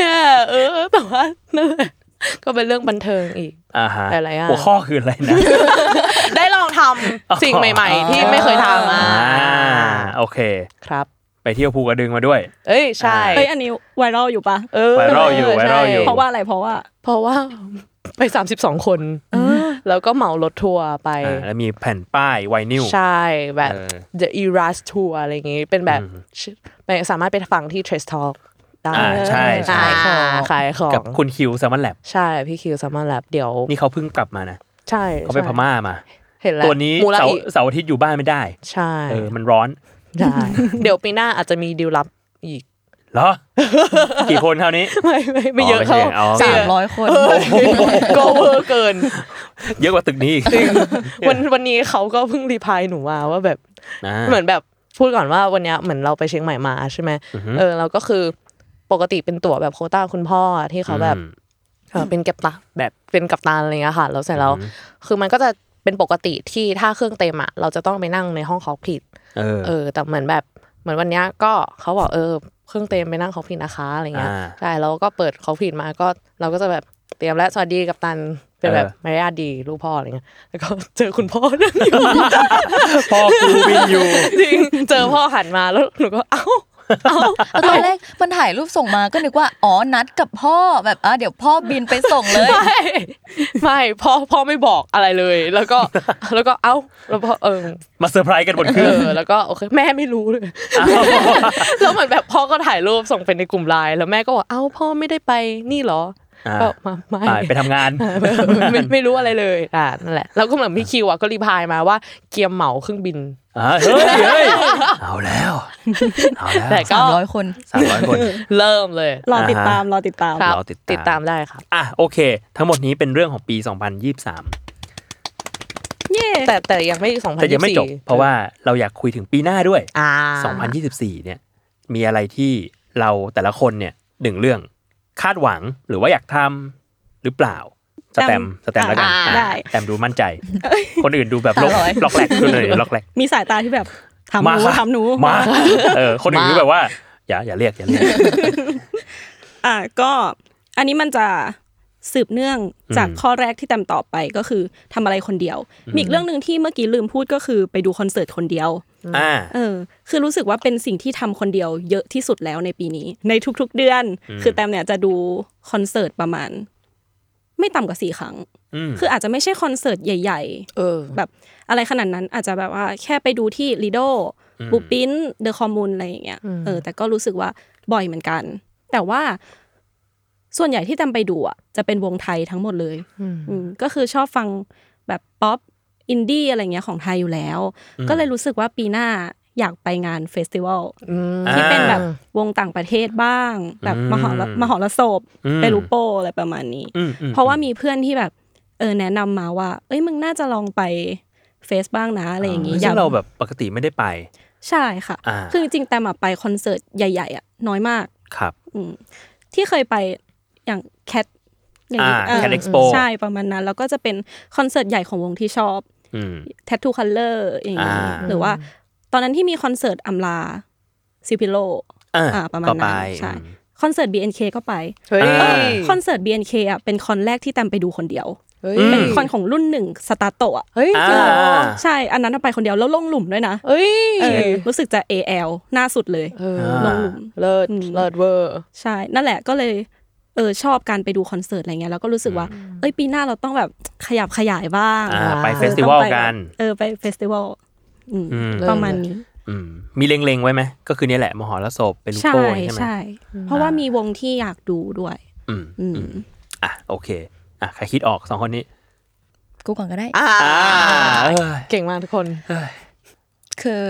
S5: แย่เออแต่ว่านั่นแหละก็เป็นเรื่องบันเทิงอีก
S2: อ่าฮะ
S5: หลายๆอย่าง
S2: หัวข้อคืออะไรนะ
S5: ได้ลองทำสิ่งใหม่ ๆ ที่ไม่เคยทำมา
S2: อ่า โอเค
S5: ครับ
S2: ไปเที่ยวภูกระดึงมาด้วย
S5: เอ้ยใช่
S4: เอ้ยอันนี้ไวรัลอยู่ปะ
S5: เออ
S2: ไวรัลอยู่ไวรัลอยู่
S5: ใช่
S4: เพราะว่าอะไรเพราะว่า
S5: เพราะว่าไป 32 คน แล้วก็เหมารถทัวร์ไป
S2: อ่าแล้วมีแผ่นป้ายไวนิล
S5: ใช่แบบ
S2: เออ
S5: The Eras Tour อะไรอย่างงี้ เป็นแบบชื่อไปสามารถไปฟังที่ Trace Talk ได้
S2: อ่าใช่ใช่
S5: ขายของขายของ
S2: กับคุณคิวแซมมอนแลบ
S5: ใช่พี่คิวสามารถแลบเดี๋ยว
S2: นี่เขาเพิ่งกลับมานะ
S5: ใช่
S2: เขาไปพม่ามา
S5: เห็นแล้ว
S2: ตัวนี้
S5: มูลา
S2: เสาร์
S5: อิ
S2: เสาร์อาทิตย์อยู่บ้านไม่ได้
S5: ใช่
S2: เออ มันร้อน
S5: ได้ เดี๋ยวปีหน้าอาจจะมีดีลลับอีก
S2: เหรอ กี่คนเท่านี้
S5: ไม่ไม่ไม่เยอะ
S2: อ๋
S5: เขา
S2: อไม่เยอะอ๋อ
S3: สามร้อยคน
S5: ก็เวอร์เกิน
S2: เยอะกว่าตึกนี้อีก
S5: วันวันนี้เขาก็เพิ่งรีพลายหนูมาว่าแบบ
S2: นะ
S5: เหมือนแบบพูดก่อนว่าวันเนี้ยเหมือนเราไปเชียงใหม่มาใช่ไหมเออเราก็คือปกติเป็นตั๋วแบบโควต้าคุณพ่อที่เขาแบบ
S2: อืม
S5: เออเป็นกัปตันแบบเป็นกัปตันอะไรเงี้ยค่ะแล้วเสร็จแล้วคือมันก็จะเป็นปกติที่ถ้าเครื่องเต็มอะเราจะต้องไปนั่งในห้องคอกพิท
S2: เออ
S5: เออ แต่เหมือนแบบเหมือนวันเนี้ยก็เขาบอกเออเครื่องเต็มไปนั่งคอกพิทนะคะอะไรเงี้ย
S2: อ่า
S5: ใช่แล้วก็เปิดคอกพิทมาก็เราก็จะแบบเตรียมและสวัสดีกัปตันเป็นแบบ
S2: เออ
S5: มารยาทดีลูกพ่ออะไรเงี้ยแล้วก็เจอคุณพ่อนั่งอยู่
S2: พ่อกูบินอยู่
S5: จริงเจอพ่อหันมาแล้วหนูก็เอ้า
S3: แล้วตอนแรกมันถ่ายรูปส่งมาก็นึกว่า อ๋อ นัดกับพ่อแบบอ่ะเดี๋ยวพ่อบินไปส่งเลย
S5: ไม่ไม่พ่อพ่อไม่บอกอะไรเลย แล้วก็ แล้วก็เอ้าแล้วพ่อเออ
S2: มาเซอร์ไพรส์กันบนเค
S5: เอ
S2: รื่อง
S5: อแล้วก็โอเคแม่ไม่รู้ เลยแล้วเหมือนแบบพ่อก็ถ่ายรูปส่งไปในกลุ่มไลน์แล้วแม่ก็บอกเอ้าพ่อไม่ได้ไปนี่เหรอ
S2: อ่า
S5: ก็มาไม่
S2: ไปไปทำงาน
S5: ไม่ไม่รู้อะไรเลยอ่านั่นแหละแล้วก็เหมือนพี่คิวอ่ะก็รีพลายมาว่าเกียร์เหมาเครื่องบิน
S2: อ่าเฮ้ยเฮ้ย เอาแล้ว เอา
S5: แต่
S2: แล้ว
S5: ก็
S3: สามร้อยคน
S2: สามร้อยคน
S5: เริ่มเลย
S4: รอติดตาม
S2: อ่าฮะ
S4: รอติดตาม
S5: ครับ
S2: รอติดตาม
S5: ติดตามได้ครับ
S2: อ่ะโอเค ทั้งหมดนี้เป็นเรื่องของปี 2023
S4: เย่
S5: แต่แต่ยังไม่สองพัน
S2: แต่ยังไม่จบ เพราะว่าเราอยากคุยถึงปีหน้าด้วย
S5: อ่า
S2: 2024 เนี่ย มีอะไรที่เราแต่ละคนเนี่ย หนึ่งเรื่อง คาดหวังหรือว่าอยากทำหรือเปล่า สแตมป์สแตมป์แล้วกัน
S5: อ่า
S2: อ่า
S4: ได้
S2: สแตมป์ดูมั่นใจ คนอื่นดูแบบล็อก
S3: ตาลอย
S2: ล็อกแรกดูเลยล็อกแรก
S4: มีสายตาที่แบบทำห
S2: มา
S4: นู
S2: ค่ะ
S4: ทำหนู
S2: มาเออคนอื่น
S5: มา
S2: ดูแบบว่า อย่าอย่าเรียกอย่าเรียก
S4: อ่ะก็อันนี้มันจะสืบเนื่องจาก
S2: อืม
S4: ข้อแรกที่แตมตอบไปก็คือทำอะไรคนเดียว มีอีกเรื่องหนึ่งที่เมื่อกี้ลืมพูดก็คือไปดูคอนเสิร์ตคนเดียว
S2: อ่า
S4: เออ คือรู้สึกว่าเป็นสิ่งที่ทำคนเดียวเยอะที่สุดแล้วในปีนี้ ในทุกๆเดือน
S2: อืม
S4: คือแตมเนี่ยจะดูคอนเสิร์ตประมาณ ไม่ต่ำกว่าสี่ครั้ง
S2: อืม
S4: คืออาจจะไม่ใช่คอนเสิร์ตใหญ่ ๆ
S5: เออ
S4: แบบอะไรขนาดนั้นอาจจะแบบว่าแค่ไปดูที่ลีโดบูปินเดอะคอมมูนอะไรอย่างเงี้ย
S5: อืม
S4: เออแต่ก็รู้สึกว่าบ่อยเหมือนกัน แต่ว่าส่วนใหญ่ที่จำไปดูอ่ะจะเป็นวงไทยทั้งหมดเลย
S5: อืม
S4: อืมก็คือชอบฟังแบบป๊อปอินดี้อะไรเงี้ยของไทยอยู่แล้ว ก็เลยรู้สึกว่าปีหน้าอยากไปงานเฟสติวัล
S5: อืม
S4: ที่เป็นแบบ
S5: อ่าว
S4: งต่างประเทศบ้าง แบบ
S2: อืม
S4: มหรมหรสพ
S2: อืม
S4: เปรูโปอะไรประมาณนี้
S2: อืมอืม
S4: เพราะว่ามีเพื่อนที่แบบเออแนะนำมาว่า เอ้ยมึงน่าจะลองไปเฟซบ้างนะอะไรอย่างงี้
S2: ซึ่
S4: อยาก
S2: เราแบบปกติไม่ได้ไป
S4: ใช่ค่ะ
S2: อ่า
S4: คือจริงๆแต่มาไปคอนเสิร์ตใหญ่ๆอ่ะน้อยมาก
S2: ครับ
S4: อืมที่เคยไปอย่างแคทอย่าง
S2: อ่า
S4: นี้
S2: แคด
S4: เอ
S2: เอ็
S4: อก
S2: ซ์โป
S4: ใช่ประมาณนั้น แล้วก็จะเป็นคอนเสิร์ตใหญ่ของวงที่ชอบ
S2: อืม
S4: Tattoo Color อย่างนี้
S2: อ่า
S4: หรือว่า ตอนนั้นที่มีคอนเสิร์ตอัมลาซิพิโล
S2: อ่า
S4: อ่าประมาณ
S2: ก็ไป
S4: นั้นใช่
S2: อืม
S4: คอนเสิร์ต BNK ก็ไป
S5: เฮ้ย
S2: อ่า
S4: คอนเสิร์ต BNK อ่ะเป็นคอนแรกที่แตมไปดูคนเดียว
S5: เฮ้ย
S2: อืม
S4: เป็นคอนของรุ่นหนึ่งสตาร์โตะอะ
S5: เฮ้ย
S2: อ่า
S5: จริงเหรอ
S4: ใช่ อันนั้นเอาไปคนเดียวแล้วลงหลุมด้วยนะ
S5: เฮ้ย
S4: เออรู้สึกจะ AL หน้าสุดเลย
S5: เออ
S4: ลงหลุม
S5: เลิศ
S4: อืม
S5: เลิศเวอร์
S4: ใช่ นั่นแหละก็เลยเออชอบการไปดูคอนเสิร์ตอะไรเงี้ยแล้วก็รู้สึกว่า เอ้ยปีหน้าเราต้องแบบขยับขยายบ้าง
S2: อ่าไป
S5: อ่า
S2: เฟสติวัลกัน
S4: เออไปเฟสติวัลอืม
S2: อืม
S4: ประมาณนี้
S2: อืมมีเล็งๆไว้ไหมก็คือเนี่ยแหละมหรสพเป็นลูก
S4: ใช่
S2: โป้ใช่ไหม
S4: ใช่ เพราะว่ามีวงที่อยากดูด้วย
S2: อืม
S4: อืม
S2: อ่ะโอเคอ่ะใครคิดออกสองคนนี้
S3: กูก่อนก็ได้
S5: อ่า
S2: อ่าเอ้ย
S5: เก่งมากทุกคน
S3: คือ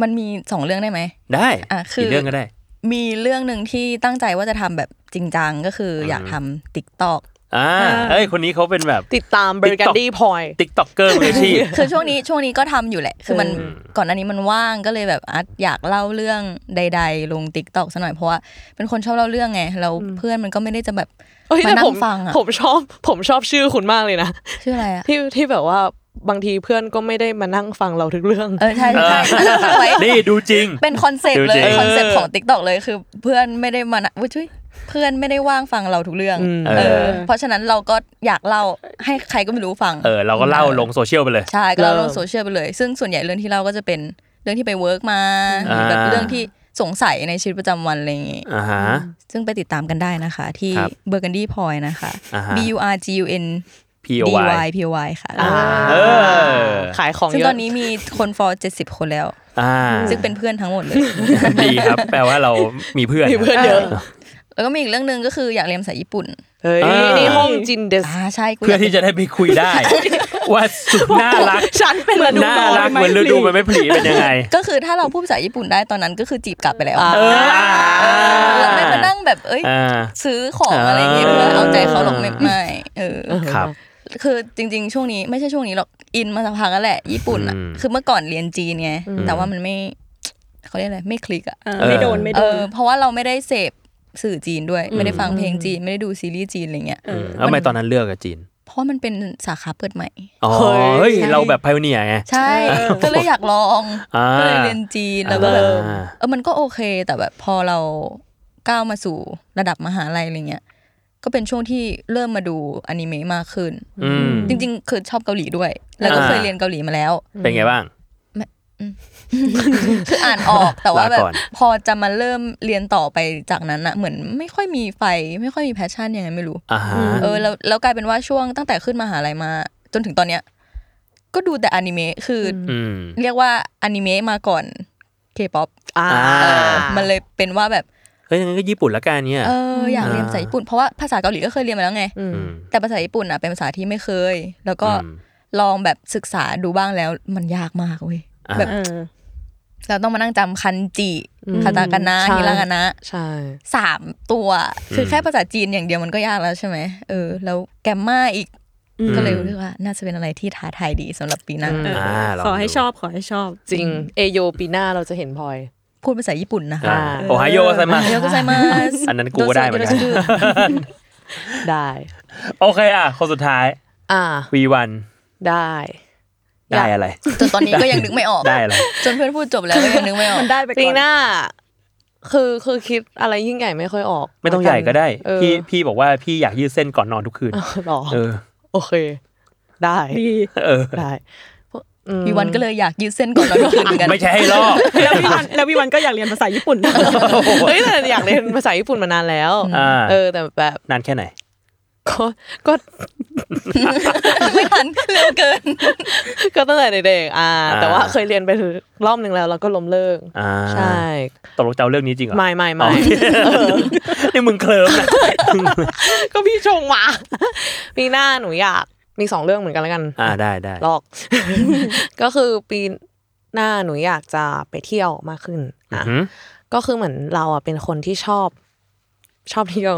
S3: มันมีสองเรื่องได้ไหม
S2: ได้
S3: อ่ะคือ
S2: กี่เรื่องก็ได้
S3: มีเรื่องหนึ่งที่ตั้งใจว่าจะทำแบบจริงจังก็คืออยากทำติ๊กต็อก
S2: อ่า
S4: อ่า
S2: เฮ้ยคนนี้เขาเป็นแบบ
S5: ติดตามเบอร์กันดี้พอย
S2: ติ๊กต็อกเกอร์มืออาชีพ
S3: คือช่วงนี้ช่วงนี้ก็ทำอยู่แหละ คือมัน
S2: เออ
S3: ก่อนอันนี้มันว่างก็เลยแบบอ่ะอยากเล่าเรื่องใด ๆ ลงติ๊กต็อกซะหน่อยเพราะว่าเป็นคนชอบเล่าเรื่องไงแล้วเพื่อนมันก็ไม่ได้จะแบบ
S5: เอ้ย
S3: มา
S5: แต่
S3: นั่
S5: ผ
S3: ง
S5: ม
S3: ฟังอ่ะ
S5: ผมชอบผมชอบชื่อคุณมากเลยนะ
S3: ชื่ออะไรอ่ะ
S5: ที่ที่แบบว่าบางทีเพื่อนก็ไม่ได้มานั่งฟังเราทุกเรื่อง
S3: เออใช่ใช่ใช่ตั้ งไว้
S2: นี่ดูจริง
S3: เป็นคอนเซ็ปต์เล
S2: ดูจริ
S3: ย
S2: ง
S3: คอนเซ็ปต์ของติ๊กต็อกเลยคือเพื่อนไม่ได้มานะวุ้ยช่วยเพื่อนไม่ได้ว่างฟังเราทุกเรื่อง
S5: อืม
S3: เอ
S2: เอ
S3: อ
S2: อ
S3: เพราะฉะนั้นเราก็อยากเล่าให้ใครก็ไม่รู้ฟัง
S2: เออเราก็เล่าลงโซเชียลไปเลย
S3: ใช่ก็เราล
S5: เริ่ม
S3: งโซเชียลไปเลย ซึ่งส่วนใหญ่เรื่องที่เราก็จะเป็นเรื่องที่ไปเวิร์กมาหรือแบบ
S2: อ่า
S3: เรื่องที่สงสัยในชีวิตประจำวันอะไรอย่างงี้
S2: อ่าฮะ
S3: ซึ่งไปติดตามกันได้นะคะ ที่
S2: ครับ
S3: เบอร์กันดี้พอยนะคะ
S2: อ่าฮะ
S3: B U R G U N
S2: P
S3: D
S2: O Y
S3: Y P O Y ค่ะ
S5: อ่า
S2: เออ
S5: ขายของ
S3: ซึ่ง
S5: เยอะ
S3: ตอนนี้มีคนฟอร์เจ็ดสิบคนแล้ว
S2: อ่า
S3: ซึ่งเป็นเพื่อนทั้งหมดเลย
S2: ดีครับ แปลว่าเรามีเพื่อน
S5: มีเพื่อนเยอะ
S3: แล้วก็มีอีกเรื่องหนึ่งก็คืออยากเรียนภาษาญี่ปุ่น
S5: เฮ้ยนี่ห้องจินเดส
S3: อ่าใช่
S2: เพื่อย
S3: กูากป็
S2: ที่จะได้ไปคุย ได้ ว่าสุดน่ารัก
S5: ฉันเป็น
S2: น่ารักเหมือนฤดูมันไม่ผลิเป็นยังไง
S3: ก็คือถ้าเราพูดภาษาญี่ปุ่นได้ตอนนั้นก็คือจีบกลับไปแล้ว
S5: อ่า
S2: เอออ่า
S3: เราไม่มานั่งแบบเอ้ย
S2: อ่า
S3: ซื้อของอะไรอย่างเงี้ยเพื่อเอาใจเขาหรอกไม่ไม่เออ
S2: ครับ
S3: คือจริงๆ ช่วงนี้ไม่ใช่ช่วงนี้หรอกอินมาสักพักแล้วแหละ ญี่ปุ่นอ่ะ
S2: อืม
S3: คือเมื่อก่อนเรียนจีนไง
S5: อืม
S3: แต่ว่ามันไม่เขาเรียกอะไรไม่คลิกอ่ะ
S4: เออ
S2: เออ
S4: ไม่โดนไม่
S3: เอ
S4: โดน
S3: อเพราะว่าเราไม่ได้เสพสื่อจีนด้วย ไม่ได้ฟังเพลงจีน ไม่ได้ดูซีรีส์จีนอะไรเงี้ย
S4: เออ
S2: แล้วทำไมตอนนั้นเลือกอะจีน
S3: เพราะว่ามันเป็นสาขาเปิดใหม่
S2: อ๋อ
S5: เฮ้
S2: เฮ้ย
S5: ย
S2: เราแบบพายเนียไง
S3: ใช่ ก็เลยอยากลอง
S2: อ่า
S3: ก็เลยเรียนจีนแล้วก็แบบเออมันก็โอเคแต่แบบพอเราก้าวมาสู่ระดับมหาลัยอะไรเงี้ยก็เป็นช่วงที่เริ่มมาดูอนิเมะมากขึ้น
S2: อืม
S3: จริงๆ คือชอบเกาหลีด้วย แล้วก็
S2: อ่า
S3: เคยเรียนเกาหลีมาแล้ว
S2: เป็นไงบ้าง
S3: คืออ่านอ อก แต่ว่า
S2: ลา
S3: แบบ
S2: ก่อน
S3: พอจะมาเริ่มเรียนต่อไปจากนั้นอะเหมือนไม่ค่อยมีไฟ ไม่ค่อยมีแพชชั่นยังไงไม่รู้
S2: อ่าฮะ
S3: เออแล้วแล้วกลายเป็นว่าช่วงตั้งแต่ขึ้นมาหาลัยมา จนถึงตอนเนี้ย ก็ดูแต่อนิเมะคืออ
S2: อืม
S3: เรียกว่าอนิเมะมาก่อนเคป๊อป
S5: อ่า
S2: อ่า
S3: มันเลยเป็นว่าแบบ
S2: เฮ้ยงั้นก็ญี่ปุ่นละกันเนี่ย
S3: เอออยากเรียนภาษาญี่ปุ่นเพราะว่าภาษาเกาหลีก็เคยเรียนมาแล้วไง
S5: อืม
S2: อืม
S3: แต่ภาษาญี่ปุ่นอะเป็นภาษาที่ไม่เคย แล้วก็
S2: อืม
S3: ลองแบบศึกษาดูบ้างแล้วมันยากมากเว้ย
S2: อ่า
S3: แบบ
S4: เออ
S3: เราต้องมานั่งจำคันจิคาตาคานะ
S5: ใช่
S3: ฮิรากานะ
S5: ใช่
S3: สามตัว คือแค่ภาษาจีนอย่างเดียวมันก็ยากแล้วใช่ไหมเออ แล้วแกมมาอีก ก็เลยรู้สึกว่า น่าจะเป็นอะไรที่ท้าทายดีสำหรับปีหน้า
S5: อืม
S2: อ่าลง
S4: ขอให้
S2: ดู
S4: ชอบขอให้ชอบ
S5: จริงเอโยปีหน้าเราจะเห็นพลอย
S3: พูดภาษาญี่ปุ่นนะคะ
S2: อ่า
S5: เออ
S2: โอไฮโอไซมา
S3: โอไฮโอไซมัส
S2: อันนั้นกูก็ได้เหมือนกัน
S5: ได้
S2: โอเคอ่ะคนสุดท้าย
S5: อ่า
S2: V1
S5: ได้
S2: ได้อะไร
S3: จนตอนนี้ก็ยังนึกไม่ออก
S2: ได้อะไร
S3: จนเพื่อนพูดจบแล้วก็ยังนึกไม่ออก
S4: มันได้ไป
S5: ปี
S4: ก่อน
S5: หน้า คือคือคิดอะไรยิ่งใหญ่ไม่ค่อยออก
S2: ไม่ต้องใหญ่ก็ได้
S5: เออ
S2: พี่พี่บอกว่าพี่อยากยืดเส้นก่อนนอนทุกคืน
S5: หรอ
S2: เออ
S5: โอเค ได้
S4: ดี
S2: เออ
S5: ได้อืม
S3: มีวันก็เลยอยากยืดเส้นก่อนนอนทุกคืนเหมือนกัน
S2: ไม่ใช่ให้ลอก
S4: แล้ววิวันแล้ววิวันก็อยากเรียนภาษาญี่ปุ่น
S5: เฮ้ยแต่อยากเรียนภาษาญี่ปุ่นมานานแล้ว
S2: อ่า
S5: เออ แต่แบบ
S2: นานแค่ไหน
S5: ก็ก็
S3: ไม่ทันเร็วเกิน
S5: ก็ตั้งแต่เด็กๆอ่า
S2: อ่า
S5: แต่ว่าเคยเรียนไปรอบนึงแล้วแล้วก็ล้มเลิก
S2: อ่า
S5: ใช่
S2: ตกลงจะเอาเรื่องนี้จริงเหรอ
S5: ไม่ไม่
S2: อ๋อ
S5: ไม่
S2: โอเคนี่มึงเคลิ้มนะ
S5: ก็พี่ชงมา ปีหน้าหนูอยากมีสองเรื่องเหมือนกันแล้วกัน
S2: อ่าได้ได้
S5: ลอก ก็คือปีหน้าหนูอยากจะไปเที่ยวมากขึ้น
S2: อื
S5: อ่ะ
S2: อหือ
S5: ก็คือเหมือนเราอ่ะเป็นคนที่ชอบ ชอบเที่ยว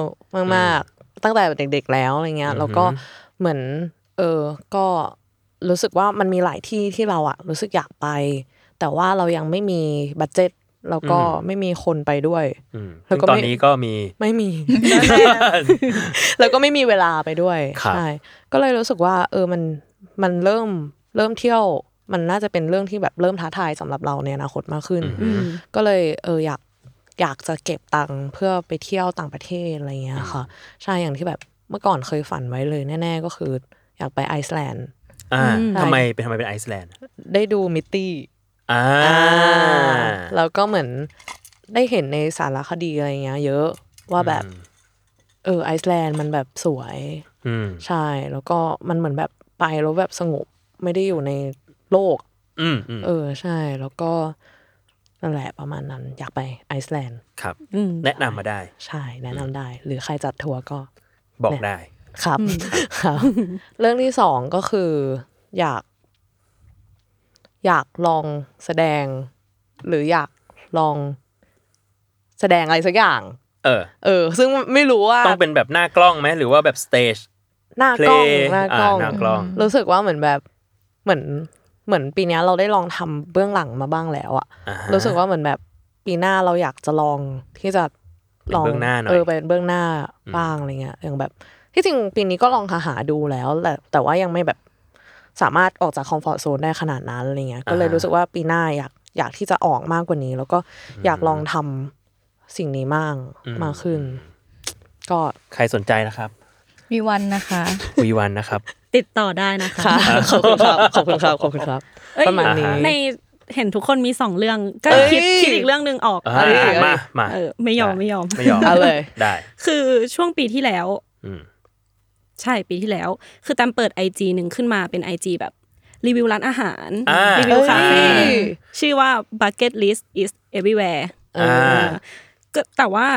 S5: มากๆ ตั้งแต่เด็กๆแล้วอะไรเงี้ย
S2: อือหือ
S5: แล้วก็เหมือน เออก็รู้สึกว่ามันมีหลายที่ที่เราอ่ะ รู้สึกอยากไป แต่ว่าเรายังไม่มีบัตเจ็ตแล้วก็ไม่มีคนไปด้วย
S2: อืม
S5: แล้
S2: ซึ่
S5: ว
S2: ง
S5: ก็
S2: ตอน
S5: ไม่
S2: นี้ก็มี
S5: ไม่มี แล้วก็ไม่มีเวลาไปด้วย
S2: ครับ
S5: ใช่ก็เลยรู้สึกว่า เออมันมันเริ่มเริ่มเที่ยว มันน่าจะเป็นเรื่องที่แบบเริ่มท้าทายสำหรับเราในอนาคตมากขึ้น
S2: อืม
S5: ก็เลยเอออยากอยากจะเก็บตังค์เพื่อไปเที่ยวต่างประเทศอะไรเงี้ยค่ะ ใช่อย่างที่แบบเมื่อก่อนเคยฝันไว้เลยแน่ ๆ ก็คือ อยากไปไอซ์แลนด์
S2: อ่า
S5: อืม
S2: ทำไมเป็นทำไมเป็นไอซ์แลนด์
S5: ได้ดูมิตตี้
S2: อ่า
S5: แล้วก็เหมือนได้เห็นในสารคดีอะไรเงี้ย เยอะว่าแบบ
S2: อืม
S5: เออไอซ์แลนด์มันแบบสวย
S2: อืม
S5: ใช่ แล้วก็มันเหมือนแบบไปแล้วแบบสงบไม่ได้อยู่ในโลก
S2: อืมอืม
S5: เออใช่ แล้วก็นั่นแหละประมาณนั้น อยากไปไอซ์แลนด์
S2: ครับ
S5: อืม
S2: แนะนำมาได้
S5: ใช่แนะนำได้ หรือใครจัดทัวร์ก็
S2: บอกได้
S5: ครับครับ เรื่องที่สองก็คือ อยาก อยากลองแสดง หรืออยากลองแสดงอะไรสักอย่าง
S2: เออ
S5: เออ ซึ่งไม่รู้ว่า
S2: ต้องเป็นแบบหน้ากล้องไหมหรือว่าแบบสเตจ
S5: หน้า
S2: เพล
S5: กล้อง
S2: ง
S5: หน้ากล้อง
S2: หน้ากล้อง
S5: รู้สึกว่าเหมือนแบบเหมือนเหมือนปีเนี้ยเราได้ลองทำเบื้องหลังมาบ้างแล้วอะ
S2: อ่าฮะ
S5: รู้สึกว่าเหมือนแบบปีหน้าเราอยากจะลองที่จะลอง
S2: เป็นเบื้องหน้าหน่อย
S5: เออเป็นเบื้องหน้าบ้างอะไรเงี้ยอย่างแบบ ที่จริงปีนี้ก็ลองหาหาดูแล้วแต่แต่ว่ายังไม่แบบสามารถออกจากคอมฟอร์ทโซนได้ขนาดนั้นอะไรเงี้ยก็เลย
S2: อ่าฮะ
S5: รู้สึกว่าปีหน้าอยากอยากที่จะออกมากกว่านี้ แล้วก็อยากลองทำสิ่งนี้มากมากขึ้น ก็
S2: ใครสนใจนะครับ
S3: มีวันนะคะ
S2: วีวันนะครับ
S4: ติดต่อได้นะคะ
S5: ค่ะขอบคุณครับขอบคุณครับขอบคุณครับ
S4: เอ้ย
S5: ประมาณนี้
S4: ในเห็นทุกคนมีสองเรื่องก็
S5: เอ้ย
S4: คิดคิดอีกเรื่องหนึ่งออก
S2: อ่า
S5: เอ้ย
S2: มามา
S4: เออไม่ยอมไม่ยอม
S2: ไม่ยอม
S5: เอาเลย
S2: ได้
S4: คือช่วงปีที่แล้ว
S2: อืม
S4: ใช่ปีที่แล้ว คือตามเปิดไอจีหนึ่งขึ้นมาเป็นไอจีแบบ รีวิวร้านอาหาร
S2: อ่ารี
S4: รีวิวคาเฟ่
S5: เอ้ย
S4: ชื่อว่า bucket list is everywhere
S5: เอออ่
S2: อ่า
S4: ก็แต่ว่า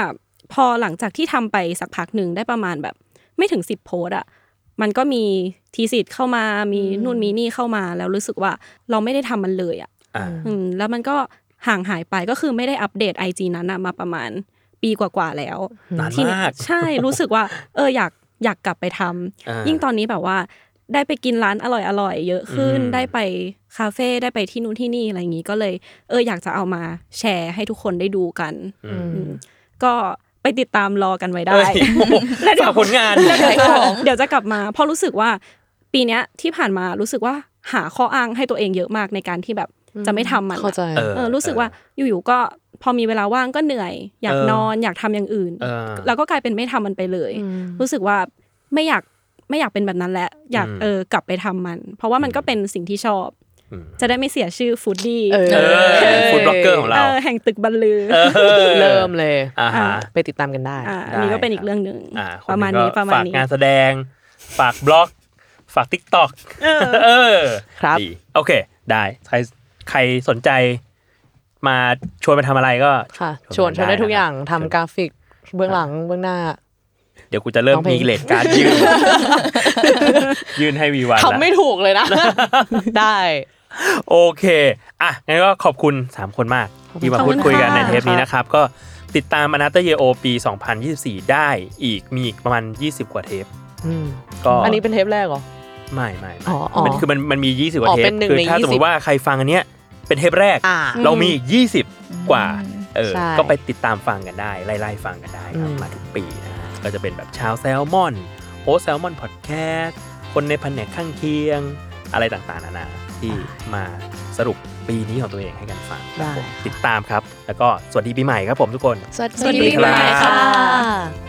S4: พอหลังจากที่ทำไปสักพักหนึ่งได้ประมาณแบบ ไม่ถึงสิบโพสต์อะมันก็มีทีสิทธ์เข้ามามีนู่นมีนี่เข้ามาแล้วรู้สึกว่าเราไม่ได้ทำมันเลยอะ
S2: อ่า
S4: อืมแล้วมันก็ห่างหายไปก็คือไม่ได้อัปเดต IG นั้นอะมาประมาณปีกว่าๆแล้ว
S2: นาน
S4: ที่
S2: มาก
S4: ใช่รู้สึกว่า เอออยากอยากกลับไปทำ
S2: อ่ายิ่
S4: ยิ่งตอนนี้แบบว่า ได้ไปกินร้านอร่อยๆเยอะขึ้น
S2: อืม
S4: ได้ไปคาเฟ่ได้ไปที่นู่นที่นี่อะไรอย่างงี้ก็เลย เอออยากจะเอามาแชร์ให้ทุกคนได้ดูกัน
S2: อืม
S4: ก็ไปติดตามรอกันไว้ได้
S2: เอ้ยโอ้โห
S4: แล้วเดี๋ยว
S2: ฝากผลงาน
S4: แล้วเดี๋ยวจะเดี๋ยวจะกลับมาเพราะรู้สึกว่า ปีเนี้ยที่ผ่านมารู้สึกว่าหาข้ออ้างให้ตัวเองเยอะมากในการที่แบบจะไม่ทำมัน
S5: เข้าใจ
S2: เออ
S4: เออรู้สึกว่าอยู่ๆก็พอมีเวลาว่างก็เหนื่อย อยาก
S2: เออน
S4: อนอยากทำอย่างอื่น
S2: เออ
S4: แล้วก็กลายเป็นไม่ทำมันไปเลย รู้สึกว่าไม่อยากไม่อยากเป็นแบบนั้นแล้วอยาก
S2: อืม
S4: เออกลับไปทำมัน เพราะว่ามันก็เป็นสิ่งที่ชอบ
S2: อืม
S4: จะได้ไม่เสียชื่อฟูดดี้
S5: เออ
S2: เออฟูดบล็อกเกอร์ของเรา
S4: เออแห่งตึกบรรลือ
S5: เริ่มเลย
S2: อ่าฮะ
S5: ไปติดตามกันได้
S4: อ่า
S2: ได้
S4: อันนี้ก็เป็น
S2: ครับ
S4: อีกเรื่องหนึ่ง
S2: อ่าค
S4: ประมาณ
S2: ก็
S4: นี้ประมาณ
S2: ฝาก
S4: นี้
S2: งานแสดง ฝากบล็อก ฝากทิกตอกเออ
S5: ครับ
S2: ดีโอเค ได้ใครใครสนใจ มาชวนไปทำอะไรก็
S5: ค่ะ ชวนชวนได้ทุกอย่าง
S2: ชวน
S5: ทำกราฟิกเบื้องหลังเบื้องหน้า
S2: เดี๋ยวกูจะเริ่ม
S5: ร้องเพล
S2: มี
S5: ง
S2: เลดการด ยืน ยืนให้วีวัน
S5: ทำไม่
S2: แล้ว
S5: ถูกเลยนะ ได้
S2: โอเค อ่ะ งั้นก็ขอบคุณ 3 คนมาก ที่มา
S4: ขอบ
S2: พู
S4: คุ
S2: ด
S4: ณ
S2: คุยกัน
S4: ค่ะ
S2: ในเทปนี้นะครับ ก็ติดตามอนาเตอร์เยโอปี 2024 ได้อีกมีอีกประมาณ 20 กว่าเทป
S5: อืม
S2: ก็
S5: อันนี้เป็นเทปแรกเหรอ
S2: ไม่ไม่ไม่
S5: อ๋ออ๋อ
S2: มันคือมันมันมี 20 ก
S5: อ๋
S2: ว่า
S5: อ
S2: เท
S5: เป็
S2: ป
S5: นหนึ่ง
S2: คือ
S5: ใน
S2: ถ้าสมม
S5: 20
S2: ติว่าใครฟังอันเนี้ยเป็นเทปแรก
S5: อ่า
S2: เรามีอีก 20 กว่า เออ
S5: ใช่
S2: ก็ไปติดตามฟังกันได้ไล่ๆฟังกันได้ครับ
S5: อืม
S2: มาทุกปีนะฮะก็จะเป็นแบบชาวแซลมอนโฮสแซลมอนพอดแคสต์คนในแผนกข้างเคียง อะไรต่างๆนานาที่มาสรุปปีนี้ของตัวเองให้กันฟังครับผมติดตามครับ แล้วก็สวัสดีปีใหม่ครับผมทุกคน
S5: สวัส
S2: สวัสดี
S5: ปีใหม่
S2: ครับ
S5: ค่ะ